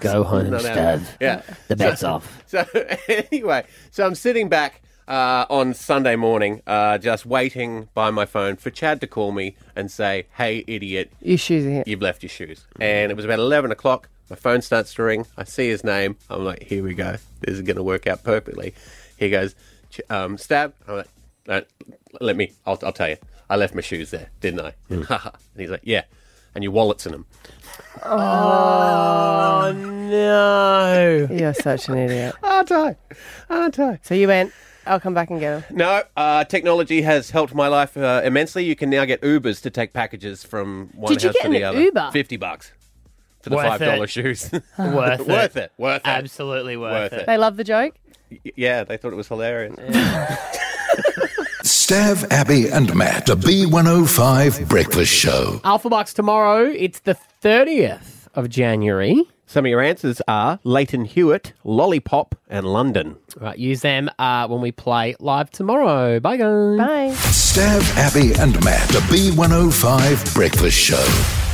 Speaker 2: Go
Speaker 3: not happening. Yeah.
Speaker 2: The
Speaker 3: bet's
Speaker 2: off.
Speaker 3: So anyway, so I'm sitting back uh, on Sunday morning, uh, just waiting by my phone for Chad to call me and say, "Hey, idiot,
Speaker 4: Your shoes are here.
Speaker 3: You've left your shoes. And it was about 11 o'clock. My phone starts to ring. I see his name. I'm like, here we go. This is going to work out perfectly. He goes, "Ch- um, stab. I'm like, no, let me, I'll, I'll tell you. I left my shoes there, didn't I? and he's like, yeah. And your wallet's in them.
Speaker 4: Oh,
Speaker 2: no.
Speaker 4: You're such an idiot.
Speaker 3: Aren't I? Aren't I?
Speaker 4: So you went, I'll come back and get them.
Speaker 3: No, uh, technology has helped my life uh, immensely. You can now get Ubers to take packages from one
Speaker 2: Did
Speaker 3: house
Speaker 2: you get
Speaker 3: to the
Speaker 2: an
Speaker 3: other.
Speaker 2: Uber?
Speaker 3: Fifty bucks for the
Speaker 2: Worth
Speaker 3: five dollar
Speaker 2: it.
Speaker 3: shoes.
Speaker 2: Worth it.
Speaker 3: Worth it. Worth it.
Speaker 2: Absolutely worth it.
Speaker 4: They love the joke.
Speaker 3: Y- Yeah, they thought it was hilarious.
Speaker 1: Stav, Abby, and Matt, the B105 Breakfast Show.
Speaker 2: Alpha Bucks tomorrow. It's the 30th of January.
Speaker 3: Some of your answers are Leighton Hewitt, Lollipop, and London.
Speaker 2: Right, use them uh, when we play live tomorrow. Bye, guys.
Speaker 4: Bye.
Speaker 1: Stav, Abby, and Matt, the B105 Breakfast Show.